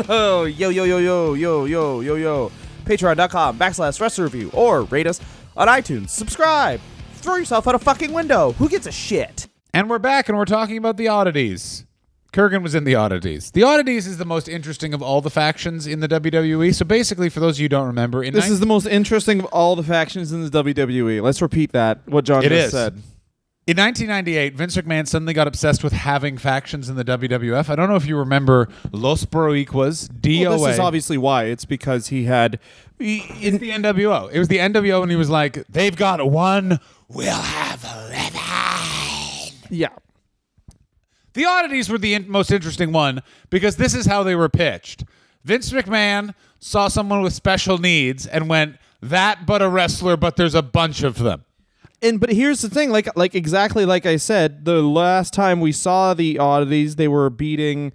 Oh, yo, yo, yo, yo, yo, yo, yo, yo. Patreon.com backslash wrestler review or rate us on iTunes. Subscribe. Throw yourself out a fucking window. Who gives a shit? And we're back and we're talking about the oddities. Kurgan was in the oddities. The oddities is the most interesting of all the factions in the WWE. So basically, for those of you who don't remember, in this nine- is the most interesting of all the factions in the WWE. Let's repeat that. What John It just is. said. In 1998, Vince McMahon suddenly got obsessed with having factions in the WWF. I don't know if you remember Los Broiquas, DOA. Well, this is obviously why. It's because he had. he- in- the NWO. It was the NWO, and he was like, "They've got one, we'll have eleven." yeah. The oddities were the in- most interesting one because this is how they were pitched. Vince McMahon saw someone with special needs and went, "That, but a wrestler, but there's a bunch of them." And but here's the thing, like like exactly like I said, the last time we saw the oddities, they were beating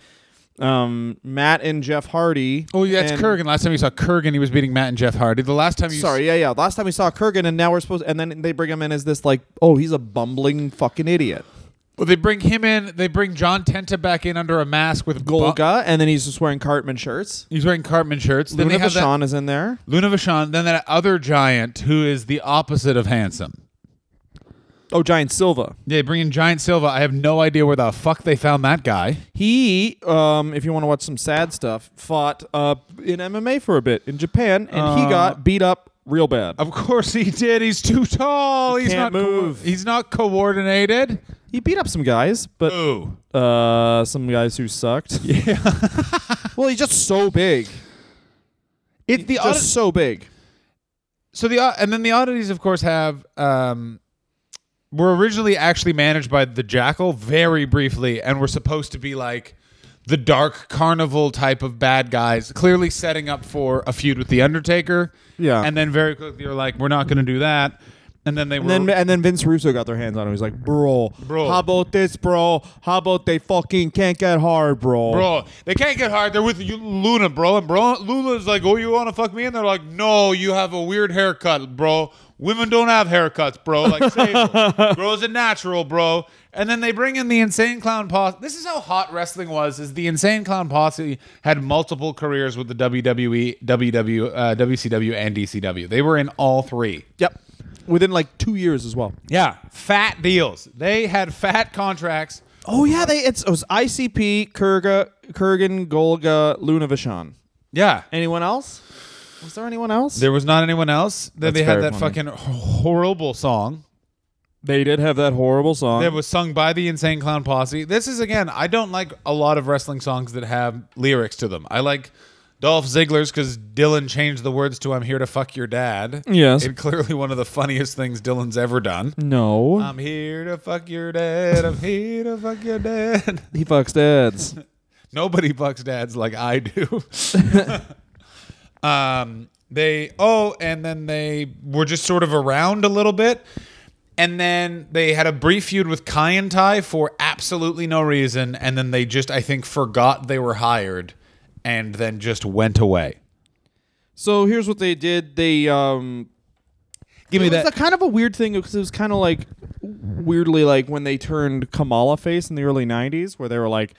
um, Matt and Jeff Hardy. Oh, yeah, that's and- Kurgan. Last time you saw Kurgan, he was beating Matt and Jeff Hardy. The last time you Sorry, yeah, yeah. Last time we saw Kurgan, and now we're supposed, and then they bring him in as this like, oh, he's a bumbling fucking idiot, Well, they bring him in. They bring John Tenta back in under a mask with bu- Golga, and then he's just wearing Cartman shirts. He's wearing Cartman shirts. Luna then they have that- Vachon is in there. Luna Vachon. Then that other giant who is the opposite of handsome. Oh, Giant Silva. They bring in Giant Silva. I have no idea where the fuck they found that guy. He, um, if you want to watch some sad stuff, fought uh, in MMA for a bit in Japan, and he got beat up real bad. Of course he did. He's too tall. he's can't not co- move. he's not coordinated. He beat up some guys, but Ooh. uh, some guys who sucked. <laughs> Yeah. well, he's just so big, It's the just odd- so big. so the odd- and then the oddities of course have um were originally actually managed by the jackal very briefly and were supposed to be like the dark carnival type of bad guys clearly setting up for a feud with the undertaker Yeah. and then very quickly you're like we're not going to do that and then they were And then, and then Vince Russo got their hands on him. He's like, bro, Bro. how about this, bro? How about they fucking can't get hard, bro? Bro, they can't get hard. They're with you, Luna, bro. And bro, Luna's like, "Oh, you want to fuck me?" And they're like, "No, you have a weird haircut, bro. Women don't have haircuts, bro. Like, <laughs> Sable. bro's a natural, bro." And then they bring in the Insane Clown Posse. This is how hot wrestling was. Is the Insane Clown Posse had multiple careers with the WWE, WW, uh, WCW, and DCW. They were in all three. Yep. Within like two years as well. Yeah, fat deals. They had fat contracts. Oh yeah, they it's it was ICP, Kurga, Kurgan, Golga, Lunavashan. Yeah, Anyone else? Was there anyone else? There was not anyone else. Then That's they had very that funny. fucking horrible song they did have that horrible song. that was sung by the Insane Clown Posse. This is again, I don't like a lot of wrestling songs that have lyrics to them. I like Dolph Ziggler's because Dylan changed the words to "I'm here to fuck your dad." Yes. and clearly one of the funniest things Dylan's ever done. no, I'm here to fuck your dad. I'm here to fuck your dad. <laughs> he fucks <laughs> dads. Nobody fucks dads like I do. <laughs> um, They oh, and then they were just sort of around a little bit, and then they had a brief feud with Kai and Tai for absolutely no reason, and then they just I think forgot they were hired, and then just went away. So here's what they did. They um Give me it was that. a kind of a weird thing because it was kind of like weirdly like when they turned Kamala face in the early 90s where they were like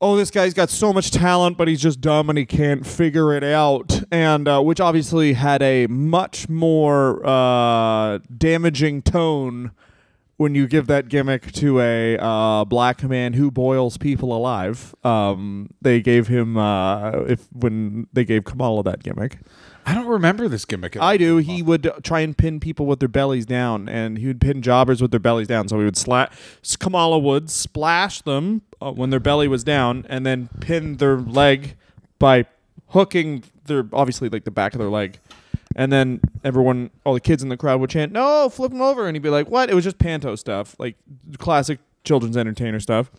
oh this guy's got so much talent but he's just dumb and he can't figure it out and uh, which obviously had a much more uh, damaging tone when you give that gimmick to a uh, black man who boils people alive um, they gave him uh, if when they gave Kamala that gimmick I don't remember this gimmick. at all. I do. He would try and pin people with their bellies down, and he would pin jobbers with their bellies down. So he would slap Kamala would splash them uh, when their belly was down, and then pin their leg by hooking their obviously like the back of their leg. And then everyone, all the kids in the crowd would chant, "No, flip him over!" And he'd be like, "What?" It was just panto stuff, like classic children's entertainer stuff.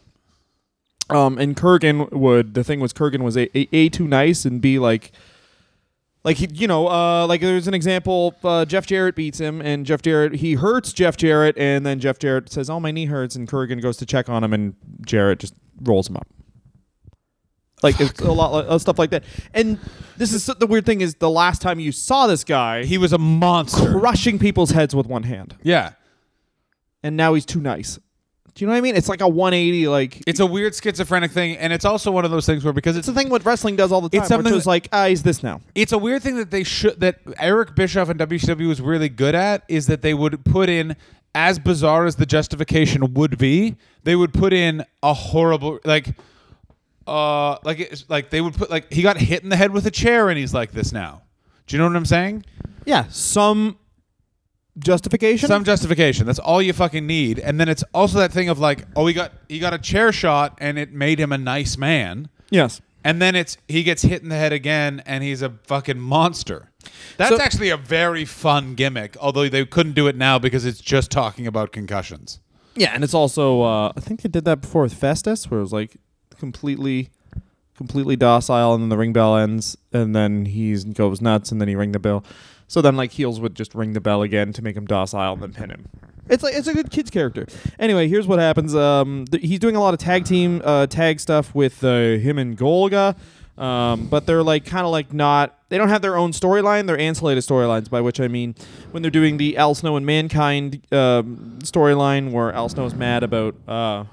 Um, and Kurgan would the thing was Kurgan was a, a, a too nice and b like like he, you know, uh, like there's an example. Uh, Jeff Jarrett beats him, and Jeff Jarrett he hurts Jeff Jarrett, and then Jeff Jarrett says, "Oh, my knee hurts," and Kurgan goes to check on him, and Jarrett just rolls him up. Like it's a lot of stuff like that. And this is so- the weird thing is the last time you saw this guy, he He was a monster. crushing people's heads with one hand, yeah, and now he's too nice. Do you know what I mean? It's like a 180. Like it's a weird schizophrenic thing, and it's also one of those things where because it's it's the thing what wrestling does all the time. It's It's something which is that- like, ah, he's this now. it's a weird thing that they should that Eric Bischoff and WCW was really good at is that they would put in as bizarre as the justification would be, they would put in a horrible like uh like it's like they would put like he got hit in the head with a chair and he's like this now. Do you know what I'm saying? Yeah, some justification. Some justification. That's all you fucking need. And then it's also that thing of like, oh, he got he got a chair shot and it made him a nice man. yes. And then it's he gets hit in the head again, and he's a fucking monster. That's So- actually a very fun gimmick, although they couldn't do it now because it's just talking about concussions. Yeah, and it's also uh, I think they did that before with Festus, where it was like completely, completely docile, and then the ring bell ends, and then he goes nuts, and then he ring the bell. So then like heels would just ring the bell again to make him docile, and then pin him. It's like it's a good kid's character. Anyway, here's what happens. Um, th- he's doing a lot of tag team uh, tag stuff with uh, him and Golga. Um, but they're like kind of like not. They don't have their own storyline. They're ancillary storylines, by which I mean when they're doing the Al Snow and Mankind um, storyline, where Al Snow's mad about uh,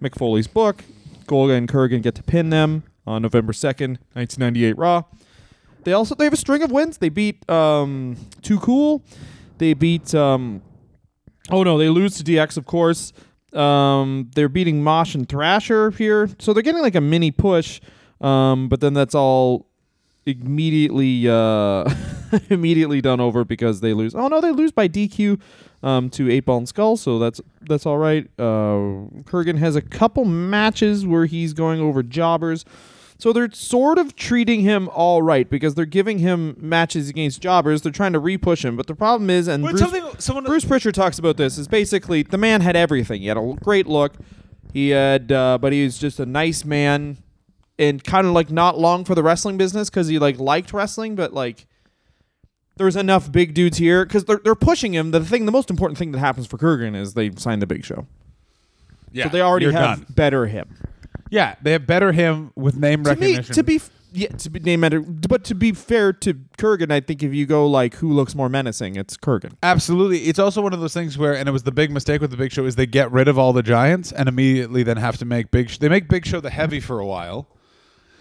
Mick Foley's book. Golga and Kurgan get to pin them on November second, nineteen ninety eight Raw. They also they have a string of wins. They beat um, Too Cool. They beat. Um, oh no, they lose to DX, of course. Um, they're beating Mosh and Thrasher here, so they're getting like a mini push. Um, but then that's all immediately uh, <laughs> immediately done over because they lose. Oh no, they lose by DQ um, to Eight Ball and Skull, so that's that's all right. Uh, Kurgan has a couple matches where he's going over jobbers. So they're sort of treating him all right because they're giving him matches against jobbers. They're trying to repush him, but the problem is, and Bruce, someone Bruce Pritchard talks about this. Is basically the man had everything. He had a great look. He had, uh, but he was just a nice man, and kind of like not long for the wrestling business because he like liked wrestling, but like there was enough big dudes here because they're they're pushing him. The thing, the most important thing that happens for Kurgan is they sign the Big Show. yeah, So they already you're have done. better him. Yeah, they have better him with name to me, recognition. to be f- yeah, to be name matter, but to be fair to Kurgan, I think if you go like who looks more menacing, it's Kurgan. Absolutely. It's also one of those things where, and it was the big mistake with the Big Show, is they get rid of all the giants and immediately then have to make Big. Sh- they make Big Show the heavy for a while.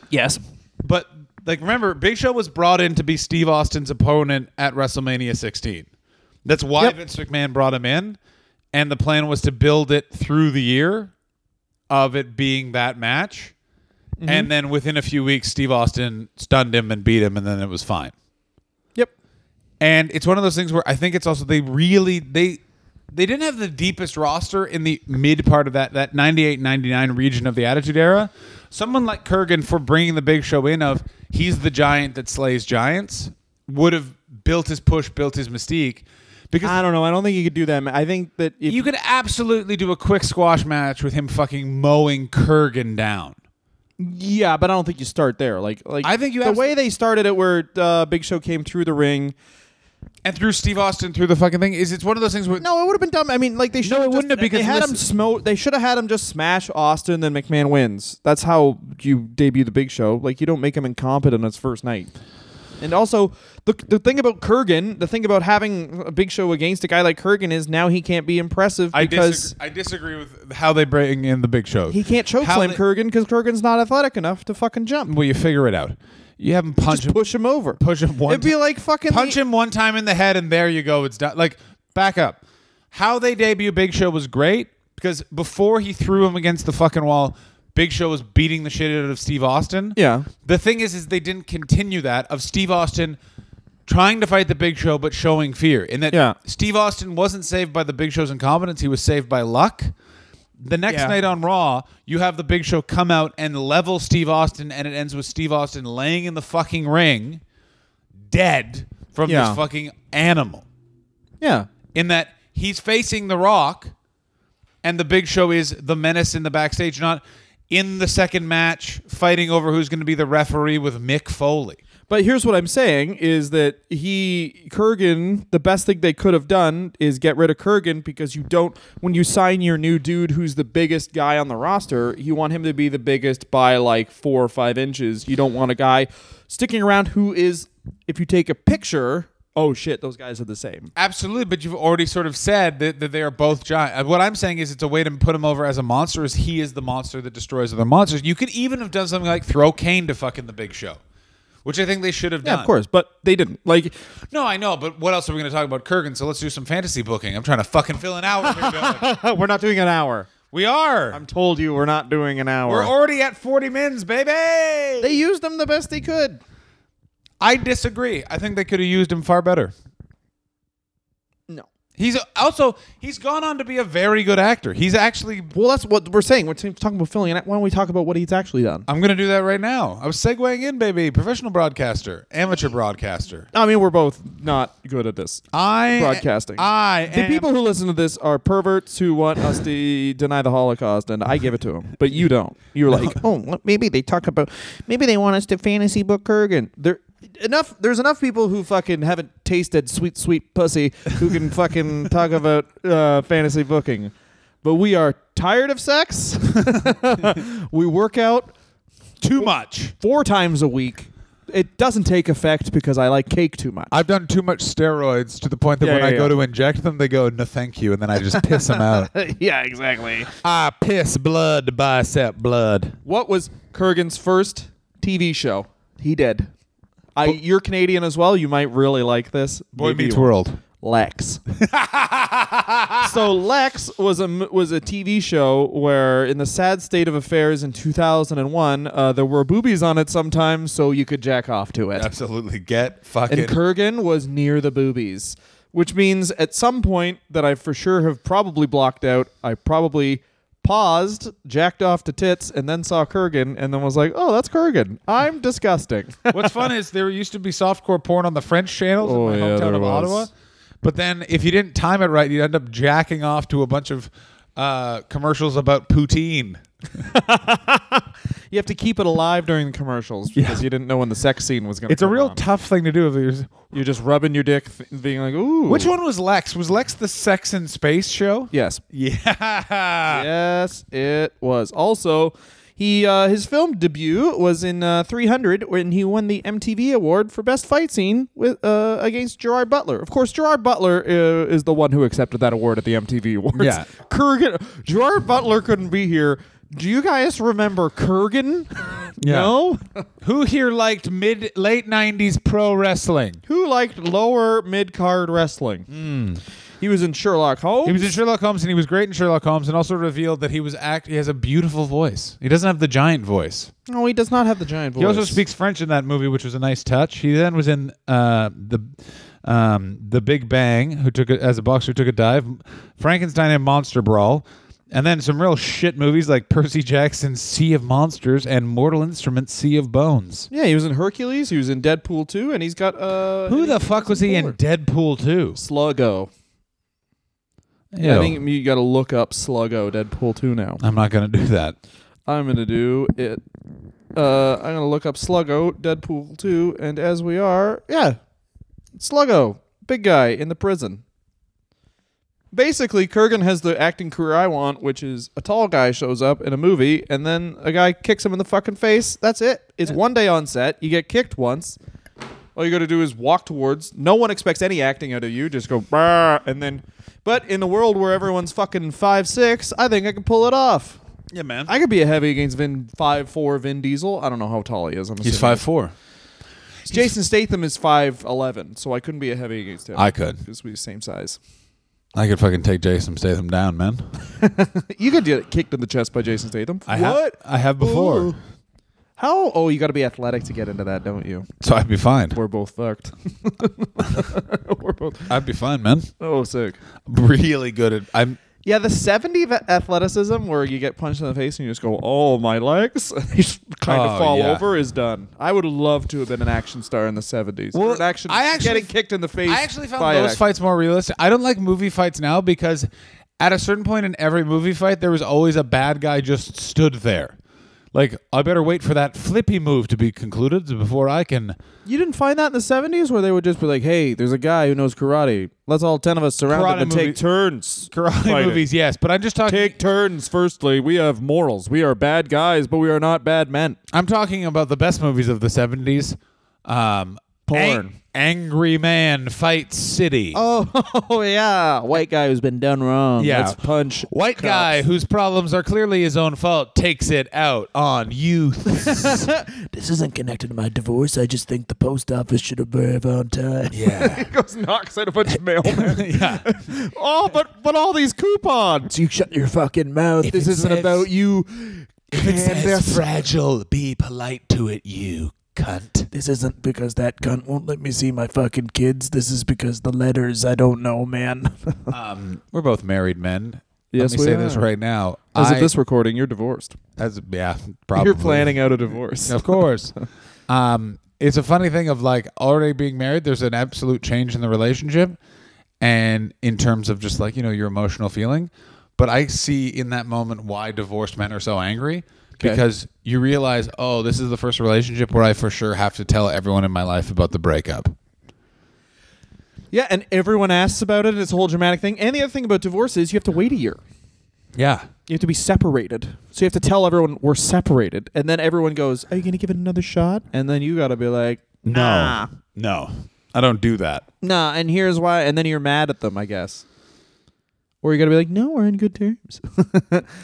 Yes. But like, remember, Big Show was brought in to be Steve Austin's opponent at WrestleMania 16. That's why Yep. Vince McMahon brought him in, and the plan was to build it through the year of it being that match, and then within a few weeks, Steve Austin stunned him and beat him, and then it was fine. Yep. And it's one of those things where I think it's also they really they they didn't have the deepest roster in the mid part of that that 98 99 region of the Attitude Era. Someone like Kurgan for bringing the big show in of he's the giant that slays giants would have built his push, built his mystique because I don't know. I don't think you could do that. ma- I think that if you could absolutely do a quick squash match with him fucking mowing Kurgan down. Yeah, but I don't think you start there. Like, like I think you the abs- way they started it, where uh, Big Show came through the ring. and through Steve Austin through the fucking thing. Is it's one of those things where No, it would have been dumb. I mean, like they should. it wouldn't have because they had him listen- smoke. They should have had him just smash Austin, then McMahon wins. That's how you debut the Big Show. Like you don't make him incompetent on his first night. And also, the the thing about Kurgan, the thing about having a Big Show against a guy like Kurgan is now he can't be impressive I because disagree, I disagree with how they bring in the Big Show. he can't choke How slam they- Kurgan because Kurgan's not athletic enough to fucking jump. Well, you figure it out. You have him punch Just him, push him over. push him one. It'd be ti- like fucking punch the- him one time in the head, and there you go. It's done. Like back up. How they debut Big Show was great because before he threw him against the fucking wall, Big Show was beating the shit out of Steve Austin. Yeah. The thing is, is they didn't continue that of Steve Austin trying to fight the Big Show but showing fear. In that Yeah. Steve Austin wasn't saved by the Big Show's incompetence; he was saved by luck. The next Yeah. night on Raw, you have the Big Show come out and level Steve Austin, and it ends with Steve Austin laying in the fucking ring, dead from Yeah. this fucking animal. Yeah. In that he's facing The Rock, and the Big Show is the menace in the backstage, not in the second match fighting over who's going to be the referee with Mick Foley. But here's what I'm saying is that he Kurgan, the best thing they could have done is get rid of Kurgan because you don't when you sign your new dude who's the biggest guy on the roster, you want him to be the biggest by like four or five inches. You don't want a guy sticking around who is if you take a picture, oh shit, those guys are the same. Absolutely, but you've already sort of said that, that they are both giant. Uh, What I'm saying is it's a way to put him over as a monster is he is the monster that destroys other monsters. You could even have done something like throw Kane to fucking the big show. Which I think they should have done. Yeah, of course, but they didn't. Like No, I know, but what else are we going to talk about Kurgan? So let's do some fantasy booking. I'm trying to fucking fill an hour. here, <laughs> Dylan. <laughs> we're not doing an hour. we are. Told you we're not doing an hour. We're already at 40 mins, baby. they used them the best they could. I disagree. I think they could have used him far better. No. He's a- also he's gone on to be a very good actor. He's actually Well, that's what we're saying. We're t- talking about filling it. Why don't we talk about what he's actually done? I'm gonna do that right now. I was segueing in, baby. Professional broadcaster, amateur broadcaster. I mean, we're both not good at this. I Broadcasting. I the am- people who listen to this are perverts who want us to deny the Holocaust, and I give it to them. But you don't. You're like, <laughs> oh, well, maybe they talk about, maybe they want us to fantasy book Kurgan. There, enough. There's enough people who fucking haven't tasted sweet, sweet pussy who <laughs> can fucking talk about uh, fantasy booking. But we are tired of sex. <laughs> we work out too much. four times a week. It doesn't take effect because I like cake too much. I've done too much steroids to the point that Yeah, when yeah, I yeah. go to inject them, they go, "No, thank you," and then I just piss them <laughs> out. yeah, exactly. I piss blood to bicep blood. What was Kurgan's first TV show? He did. I, you're Canadian as well. You might really like this. Boy Maybe meets you won't. world. <laughs> Lex. so Lex was a m- was a TV show where, in the sad state of affairs in 2001, uh, there were boobies on it sometimes, so you could jack off to it. Absolutely, get And fucking. Kurgan was near the boobies, which means at some point that I for sure have probably blocked out. I probably paused, jacked off to tits, and then saw Kurgan, and then was like, "Oh, that's Kurgan. I'm disgusting." <laughs> What's fun is there used to be softcore porn on the French channels Oh, in my yeah, hometown there of was. Ottawa. But then if you didn't time it right, you'd end up jacking off to a bunch of uh, commercials about poutine. you have to keep it alive during the commercials because you didn't know when the sex scene was going. to It's a real tough thing to do. If you're- You're just rubbing your dick, th- being like, "Ooh." Which one was Lex? Was Lex the Sex in Space show? Yes. Yeah. Yes, it was. Also, he uh, his film debut was in uh, 300 when he won the MTV award for best fight scene with uh, against Gerard Butler. Of course, Gerard Butler uh, is the one who accepted that award at the MTV Awards. Yeah. Kurgan Gerard Butler couldn't be here. Do you guys <laughs> remember Kurgan? No. Who here liked mid late '90s pro wrestling? who liked lower mid card wrestling? He was in Sherlock Holmes. Hmm. He was in Sherlock Holmes, and he was great in Sherlock Holmes, and also revealed that he was act. He has a beautiful voice. He doesn't have the giant voice. no, he does not have the giant voice. He also speaks French in that movie, which was a nice touch. He then was in uh, the um, the Big Bang, who took a, as a boxer who took a dive, Frankenstein and Monster Brawl, and then some real shit movies like Percy Jackson's Sea of Monsters and Mortal Instruments Sea of Bones. Yeah, he was in Hercules. He was in Deadpool 2, and he's got uh. Who and the fuck was he in Deadpool 2? Sluggo. I think you got to look up Sluggo Deadpool 2 now. I'm not going to do that. I'm going to do it Uh, I'm gonna look up Sluggo, Deadpool 2, and as we are, yeah, Sluggo, big guy in the prison. Basically, Kurgan has the acting career I want, which is a tall guy shows up in a movie, and then a guy kicks him in the fucking face. That's it. It's one day on set. You get kicked once. All you got to do is walk towards. No one expects any acting out of you. Just go, "Brr," and then. But in a world where everyone's fucking five six, I think I can pull it off. Yeah, man. I could be a heavy against Vin five four Vin Diesel. I don't know how tall he is. I'm He's assuming. five four. Jason Statham is five eleven, so I couldn't be a heavy against him. I could. because we same size. <laughs> I could fucking take Jason Statham down, man. You could get kicked in the chest by Jason Statham. I have- what? I have before, Ooh. How? Oh, you got to be athletic to get into that, don't you? so I'd be fine. We're both fucked. <laughs> We're both. I'd be fine, man. Oh, sick. Really good at. I'm. Yeah, the 70 va- athleticism where you get punched in the face and you just go, oh, my legs, <laughs> and you just kind Oh, of fall yeah. over is done. I would love to have been an action star in the 70s. Well, Or an action, I actually- getting kicked in the face. I actually found by an those action- fights more realistic. I don't like movie fights now because at a certain point in every movie fight, there was always a bad guy just stood there. Like I better wait for that flippy move to be concluded before I can. You didn't find that in the 70s where they would just be like, hey, there's a guy who knows karate. Let's all 10 of us surround Karate movie- <laughs> turns. Karate fighting. movies, yes, but I'm just talking. Take turns, firstly. We have morals. We are bad guys, but we are not bad men. I'm talking about the best movies of the 70s. Um, Porn. Ang- Angry Man Fight City. <laughs> Oh, yeah. White guy who's been done wrong. Yeah. Let's punch. White cops. <laughs> guy whose problems are clearly his own fault takes it out on <laughs> youth. This isn't connected to my divorce. I just think the post office should arrive on time. yeah. goes knocks out a bunch of mailmen. <laughs> yeah. oh, but but all these coupons. You shut your fucking mouth. This isn't about you. It's fragile. Be polite to it, you cunt. This isn't because that cunt won't let me see my fucking kids. This is because the letters I don't know, man. <laughs> Um, <laughs> we're both married men. Yes, Let me we say this are. right now. As I- of this recording, you're divorced. as- yeah, probably. <laughs> You're planning out a divorce. Of <laughs> course. um, it's a funny thing of like already being married, there's an absolute change in the relationship and in terms of just like, you know, your emotional feeling. But I see in that moment why divorced men are so angry because you realize, oh, this is the first relationship where I for sure have to tell everyone in my life about the breakup. Yeah, and everyone asks about it. It's a whole dramatic thing. And the other thing about divorce is you have to wait a year. Yeah. You have to be separated. So you have to tell everyone we're separated. And then everyone goes, Are you going to give it another shot? And then you got to be like, No. Nah. No. I don't do that. Nah, and here's why. And then you're mad at them, I guess. Or you got to be like, No, we're on good terms. <laughs>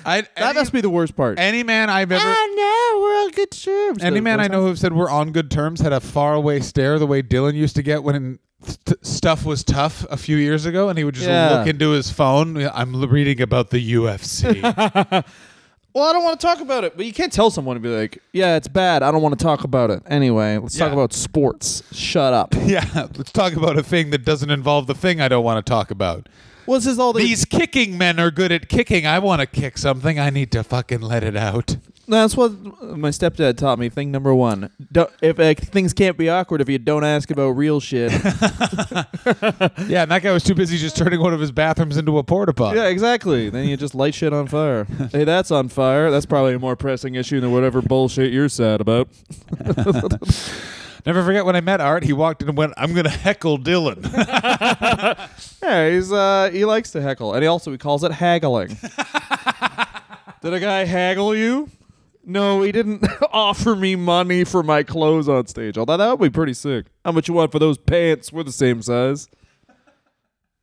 I that any, must be the worst part. any man I've ever Ah, no, we're on good terms. Any The man I worst know who said we're on good terms had a faraway stare the way Dylan used to get when st- stuff was tough a few years ago, and he would just Yeah. look into his phone. I'm l- reading about the <laughs> UFC. Well, I don't want to talk about it, but you can't tell someone to be like, "Yeah, it's bad. I don't want to talk about it." Anyway, let's talk Yeah. about sports. Shut up. yeah, let's talk about a thing that doesn't involve the thing I don't want to talk about. well, this is all the These kicking men are good at kicking. I want to kick something. I need to fucking let it <laughs> out. That's what my stepdad taught me. Thing number one: don't, if uh, things can't be awkward if you don't ask about real shit. Yeah, and that guy was too busy just turning one of his bathrooms into a porta potty. yeah, exactly. Then you just light shit on fire. hey, that's on fire. That's probably a more pressing issue than whatever bullshit you're sad about. Never forget when I met Art. He walked in and went, "I'm gonna heckle Dylan." Yeah, he's uh, he likes to heckle, and he also he calls it haggling. Did a guy haggle you? No, he didn't <laughs> offer me money for my clothes on stage. Although that would be pretty sick. How much you want for those pants? We're the same size.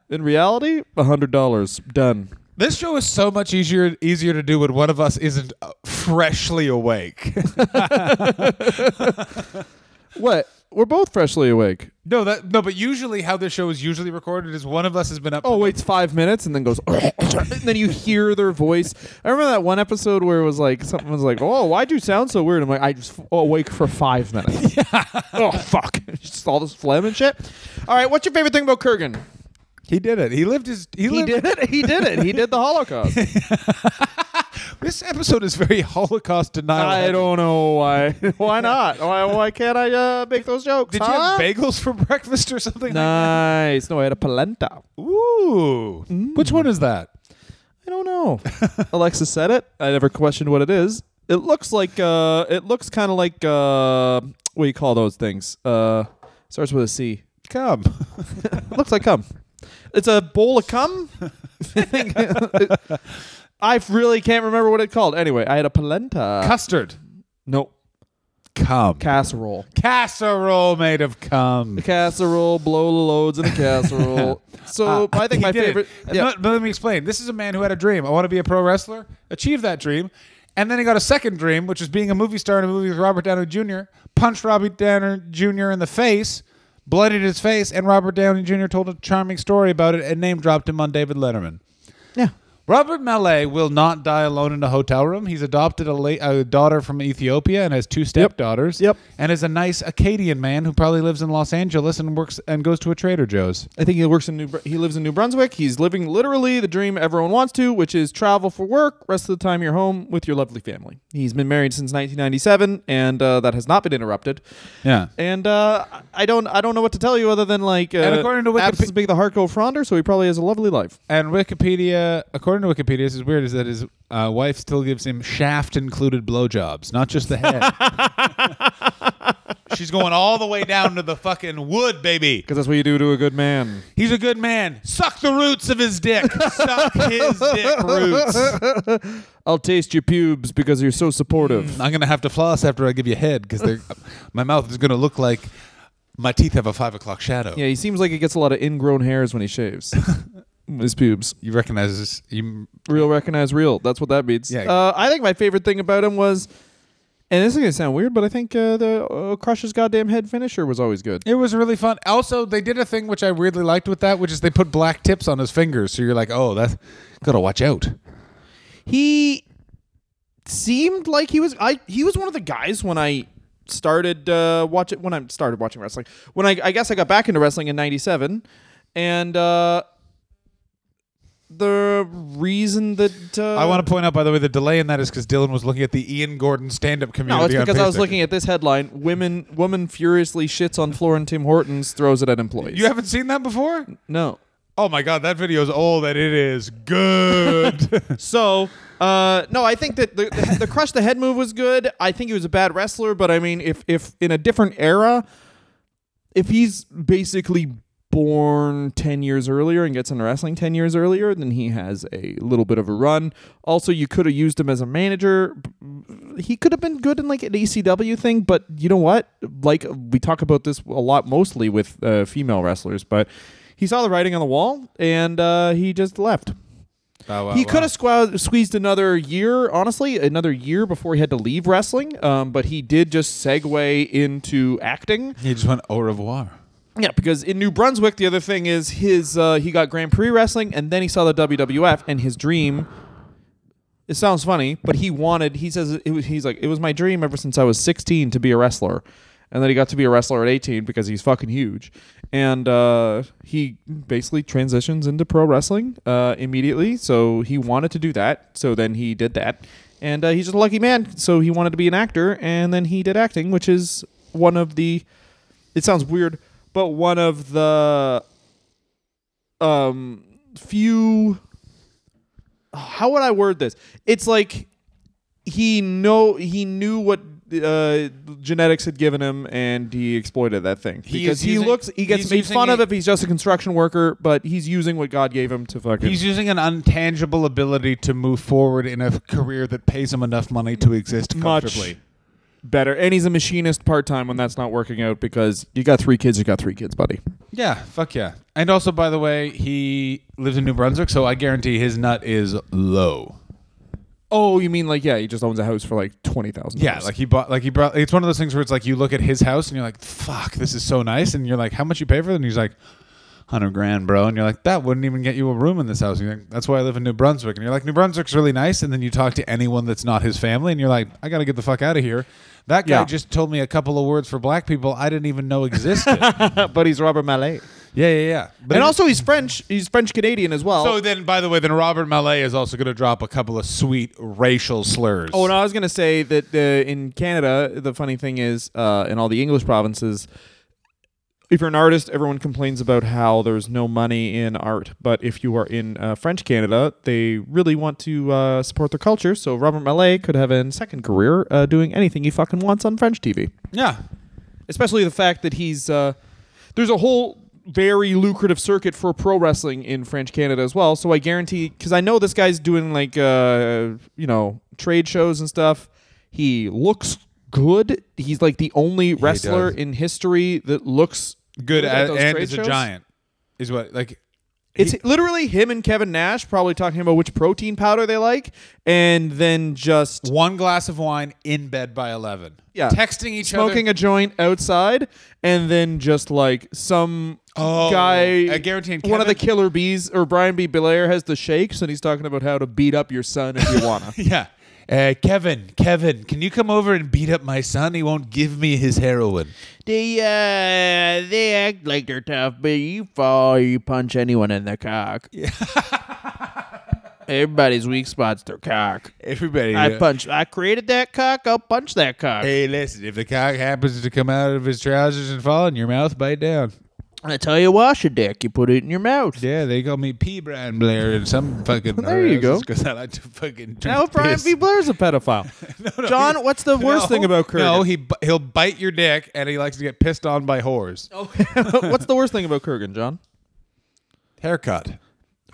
In reality, a hundred dollars. Done. This show is so much easier easier to do when one of us isn't uh, freshly awake. <laughs> What? We're both freshly awake. no, that no, but usually how this show is usually recorded is one of us has been up. oh waits five minutes and then goes <laughs> and then you hear their voice i remember that one episode where it was like someone was like oh why'd you sound so weird i'm like i was f- awake for <laughs> five minutes oh fuck <laughs> just all this phlegm and shit all right what's your favorite thing about kurgan he did it. He lived his. He, he lived, did it <laughs> he did it he did <laughs> the holocaust This episode is very <laughs> Holocaust denial. i don't know why <laughs> why not why, why can't i uh, make those jokes Did huh? you have bagels for <laughs> breakfast or something? nice no i had a polenta Ooh. Mm. Which one is that? <laughs> i don't know alexa said it i never questioned what it is It looks like uh, it looks kind of like uh, what do you call those things? Uh, starts with a C. Come. It looks like cum. It's a bowl of cum. <laughs> I really can't remember what it called. Anyway, I had a polenta. Custard. no, Come. casserole. Casserole made of cum. Casserole, blow the loads in a <laughs> casserole. so I think He my Ah, did it. favorite. And Yeah. let, but let me explain. This is a man who had a dream. I want to be a pro wrestler. Achieved that dream. And then he got a second dream, which is being a movie star in a movie with Robert Downey Jr. Punched Robert Downey Jr. in the face, bloodied his face, and Robert Downey Jr. told a charming story about it and name dropped him on David Letterman. yeah. Robert Mallet will not die alone in a hotel room. He's adopted a, la- a daughter from Ethiopia and has two stepdaughters. Yep. And is a nice Acadian man who probably lives in Los Angeles and works and goes to a Trader Joe's. I think he works in New. Br- He lives in New Brunswick. He's living literally the dream everyone wants to, which is travel for work. Rest of the time, you're home with your lovely family. He's been married since 1997, and uh, that has not been interrupted. Yeah. And uh, I don't, I don't know what to tell you other than like. Uh, And according to Wikipedia- absence make the heart go fonder, so he probably has a lovely life. And Wikipedia, according to Wikipedia, this is weird, is that his uh, wife still gives him shaft included blowjobs, not just the head. <laughs> She's going all the way down to the fucking wood, baby. Because that's what you do to a good man. He's a good man. Suck the roots of his dick. Suck <laughs> his dick roots. <laughs> I'll taste your pubes because you're so supportive. I'm gonna have to floss after I give you head because my mouth is gonna look like my teeth have a five o'clock shadow. yeah, he seems like he gets a lot of ingrown hairs when he <laughs> shaves. His pubes. You recognize this? You, Real recognize real. That's what that means. Yeah. Uh, I think my favorite thing about him was, and this is gonna sound weird, but I think uh, the uh, Crush's goddamn head finisher was always good. it was really fun. Also, they did a thing which I weirdly liked with that, which is they put black tips on his fingers, so you're like, oh, that's gotta watch out. He seemed like he was. I he was one of the guys when I started uh, watch it when I started watching wrestling. When I I guess I got back into wrestling in '97, and. uh the reason that uh, I want to point out, by the way, the delay in that is because Dylan was looking at the Ian Gordon stand-up community. No, it's on because I was Facebook. looking at this headline: "Women, woman furiously shits on floor in Tim Hortons, throws it at employees." You haven't seen that before? no. Oh my god, that video is old and it is <laughs> good. So, uh, no, I think that the, the, the crush the head move was good. I think he was a bad wrestler, but I mean, if if in a different era, if he's basically born 10 years earlier and gets into wrestling 10 years earlier then he has a little bit of a run also you could have used him as a manager he could have been good in like an ECW thing, but you know what? Like we talk about this a lot, mostly with uh, female wrestlers, but he saw the writing on the wall and uh, he just left. he could have squeezed, squeezed another year, honestly, another year before he had to leave wrestling. Um, but he did just segue into acting. He just went au revoir. Yeah, because in New Brunswick, the other thing is his uh, he got Grand Prix wrestling, and then he saw the WWF, and his dream. It sounds funny, but he wanted. He says it was, he's like it was my dream ever since I was 16 to be a wrestler, and then he got to be a wrestler at 18 because he's fucking huge, and uh, he basically transitions into pro wrestling uh, immediately. So he wanted to do that, so then he did that, and uh, he's just a lucky man. So he wanted to be an actor, and then he did acting, which is one of the it sounds weird, but one of the um few how would I word this? It's like he know he knew what uh, genetics had given him, and he exploited that thing He because is he using- looks he gets he's made using fun a- of if he's just a construction worker, but he's using what God gave him to fucking. He's using an untangible ability to move forward in a career that pays him enough money to exist Much. comfortably. better, and he's a machinist part time when that's not working out because you got three kids, you got three kids, buddy. Yeah, fuck yeah. And also, by the way, he lives in New Brunswick, so I guarantee his nut is low. Oh, you mean like yeah, he just owns a house for like twenty thousand. Yeah, like he bought, like he brought. It's one of those things where it's like you look at his house and you're like, "Fuck, this is so nice," and you're like, "How much you pay for it?" And he's like, hundred grand, bro." And you're like, "That wouldn't even get you a room in this house." And you're like, "That's why I live in New Brunswick." And you're like, "New Brunswick's really nice," and then you talk to anyone that's not his family, and you're like, "I gotta get the fuck out of here." That guy Yeah. just told me a couple of words for black people I didn't even know <laughs> existed. yeah, but he's Robert Mallet. yeah, yeah. But and it- also, he's French. He's French Canadian as well. So then, by the way, then Robert Mallet is also going to drop a couple of sweet racial slurs. oh, and I was gonna say that uh, in Canada, the funny thing is, uh, in all the English provinces, if you're an artist, everyone complains about how there's no money in art. But if you are in uh, French Canada, they really want to uh, support their culture. So Robert Mallet could have a second career uh, doing anything he fucking wants on French TV. Yeah. Especially the fact that he's uh, there's a whole very lucrative circuit for pro wrestling in French Canada as well. So I guarantee because I know this guy's doing like uh, you know trade shows and stuff. He looks good. He's like the only wrestler does. in history that looks Good at at, those and trade is a shows. giant. Is what like It's literally him and Kevin Nash probably talking about which protein powder they like, and then just one glass of wine in bed by eleven. Yeah. Texting each smoking other. a joint outside, and then just like some Oh, guy. I guarantee in one of the Kevin- killer bees or Brian B. Belair has the shakes, and he's talking about how to beat up your son if you wanna. <laughs> yeah. Uh, Kevin, Kevin, can you come over and beat up my son? He won't give me his heroin. <laughs> They uh they act like they're tough, but you fall, you punch anyone in the <laughs> cock. Everybody's weak spot's their cock. Everybody, I uh, punch. I created that cock. I'll punch that cock. Eh. Hey, listen, if the cock happens to come out of his trousers and fall in your mouth, bite down. I tell you, wash a dick. You put it in your mouth. Yeah, they call me P. Brian Blair and some fucking. <laughs> there you go. Because I like to fucking drink now Brian piss. B. Blair's a <laughs> pedophile. John, what's the worst thing about Kurgan? No, he bu- he'll bite your dick, and he likes to get pissed on by whores. Oh. <laughs> what's the worst thing about Kurgan, John? Haircut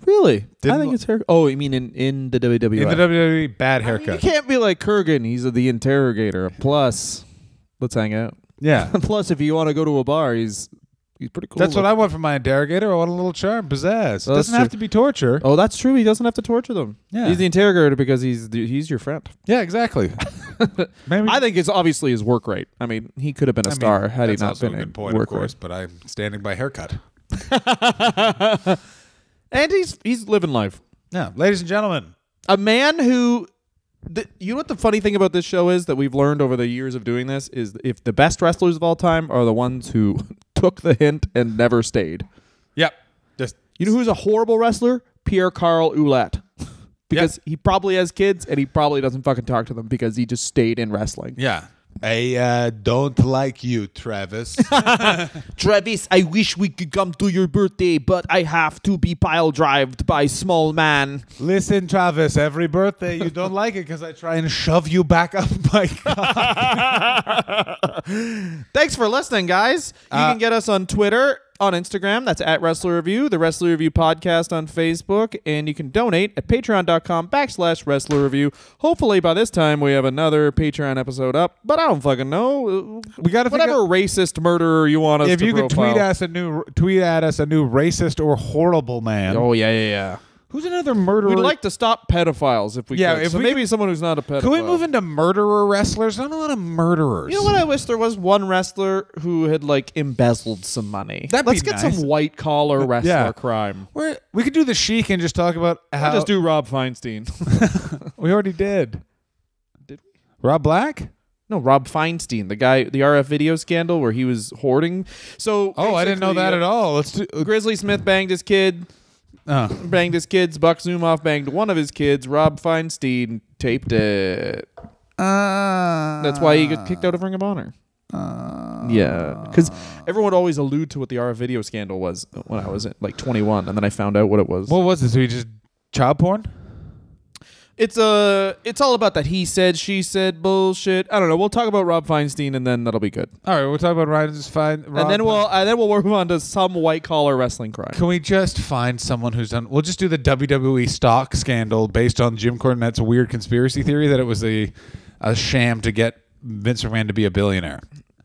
Really? I Didn't think lo- it's her. Oh, you mean in in the WWE? in the WWE, bad You haircut. can't be like Kurgan. He's the interrogator. Plus, let's hang out. <laughs> yeah, Plus, if you want to go to a bar, he's he's pretty cool. that's what I want from my interrogator. I want a little charm, pizzazz. It Oh, that's Doesn't have to true. be torture. Oh, that's true. He doesn't have to torture them. Yeah. he's the interrogator because he's the, he's your friend. Yeah, <laughs> exactly. Maybe I think it's obviously his work rate. I mean, he could have been a I mean, star had he that's not also been a good point, work of course. But I'm standing by haircut. rate. <laughs> and he's he's living life. Yeah, ladies and gentlemen, a man who th- you know what the funny thing about this show is that we've learned over the years of doing this is if the best wrestlers of all time are the ones who <laughs> took the hint and never stayed. Yep. Just You know who's a horrible wrestler? Pierre Carl Ouellette. <laughs> because he probably has kids and he probably doesn't fucking talk to them because he just stayed in wrestling. yeah. I uh, don't like you, Travis. Travis, I wish we could come to your birthday, but I have to be pile drived by small man. <laughs> Listen, Travis. Every birthday you don't like it because I try and shove you back up <laughs> my. Thanks for listening, guys. You Uh, can get us on Twitter, on Instagram. That's at Wrestler Review, the Wrestler Review podcast on Facebook, and you can donate at patreon.com backslash Wrestler Review. Hopefully, by this time, we have another Patreon episode up, but I don't fucking know. We gotta think whatever of- racist murderer you want us if to you could profile. tweet us a new tweet at us a new racist or horrible man. Oh yeah, yeah, yeah. Who's another murderer? We'd like to stop pedophiles if we Yeah, could. if so we maybe someone who's not a pedophile. Can we move into murderer wrestlers? Not a lot of murderers. You know what? I wish there was one wrestler who had like embezzled some money. That'd be Let's get nice. some white collar wrestler Yeah. crime. We're, we could do the chic and just talk about how just do Rob Feinstein. <laughs> we already did. Did we? Rob Black? No, Rob Feinstein, the guy, the RF video scandal where he was hoarding. So, uh, Oh, I didn't know that at all. Let's do. Grizzly Smith banged his kid, Uh, banged his kids. Buck Zumoff banged one of his kids. Rob Feinstein taped it. uh, That's why he got kicked out of Ring of Honor. Uh. yeah, because everyone would always allude to what the RF video scandal was when I was like 21, and then I found out what it was. What was it? So he just child porn? it's a, it's all about that he said, she said bullshit. I don't know. We'll talk about Rob Feinstein, and then that'll be good. All right, we'll talk about Ryan's fine. and then we'll, and then we'll move on to some white collar wrestling crime. Can we just find someone who's done? We'll just do the WWE stock scandal based on Jim Cornette's weird conspiracy theory that it was a, a sham to get Vince McMahon to be a billionaire.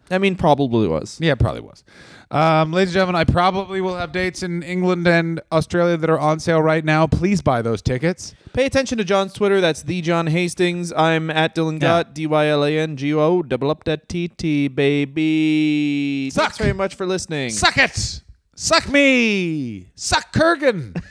I mean, probably was. Yeah, it probably was. Um, ladies and gentlemen, I probably will have dates in England and Australia that are on sale right now. Please buy those tickets. Pay attention to John's Twitter. That's the John Hastings. I'm at Dylan Yeah. Gott, D Y L A N G O. Double up that T T, baby. Suck. Thanks very much for listening. Suck it. Suck me. Suck Kurgan.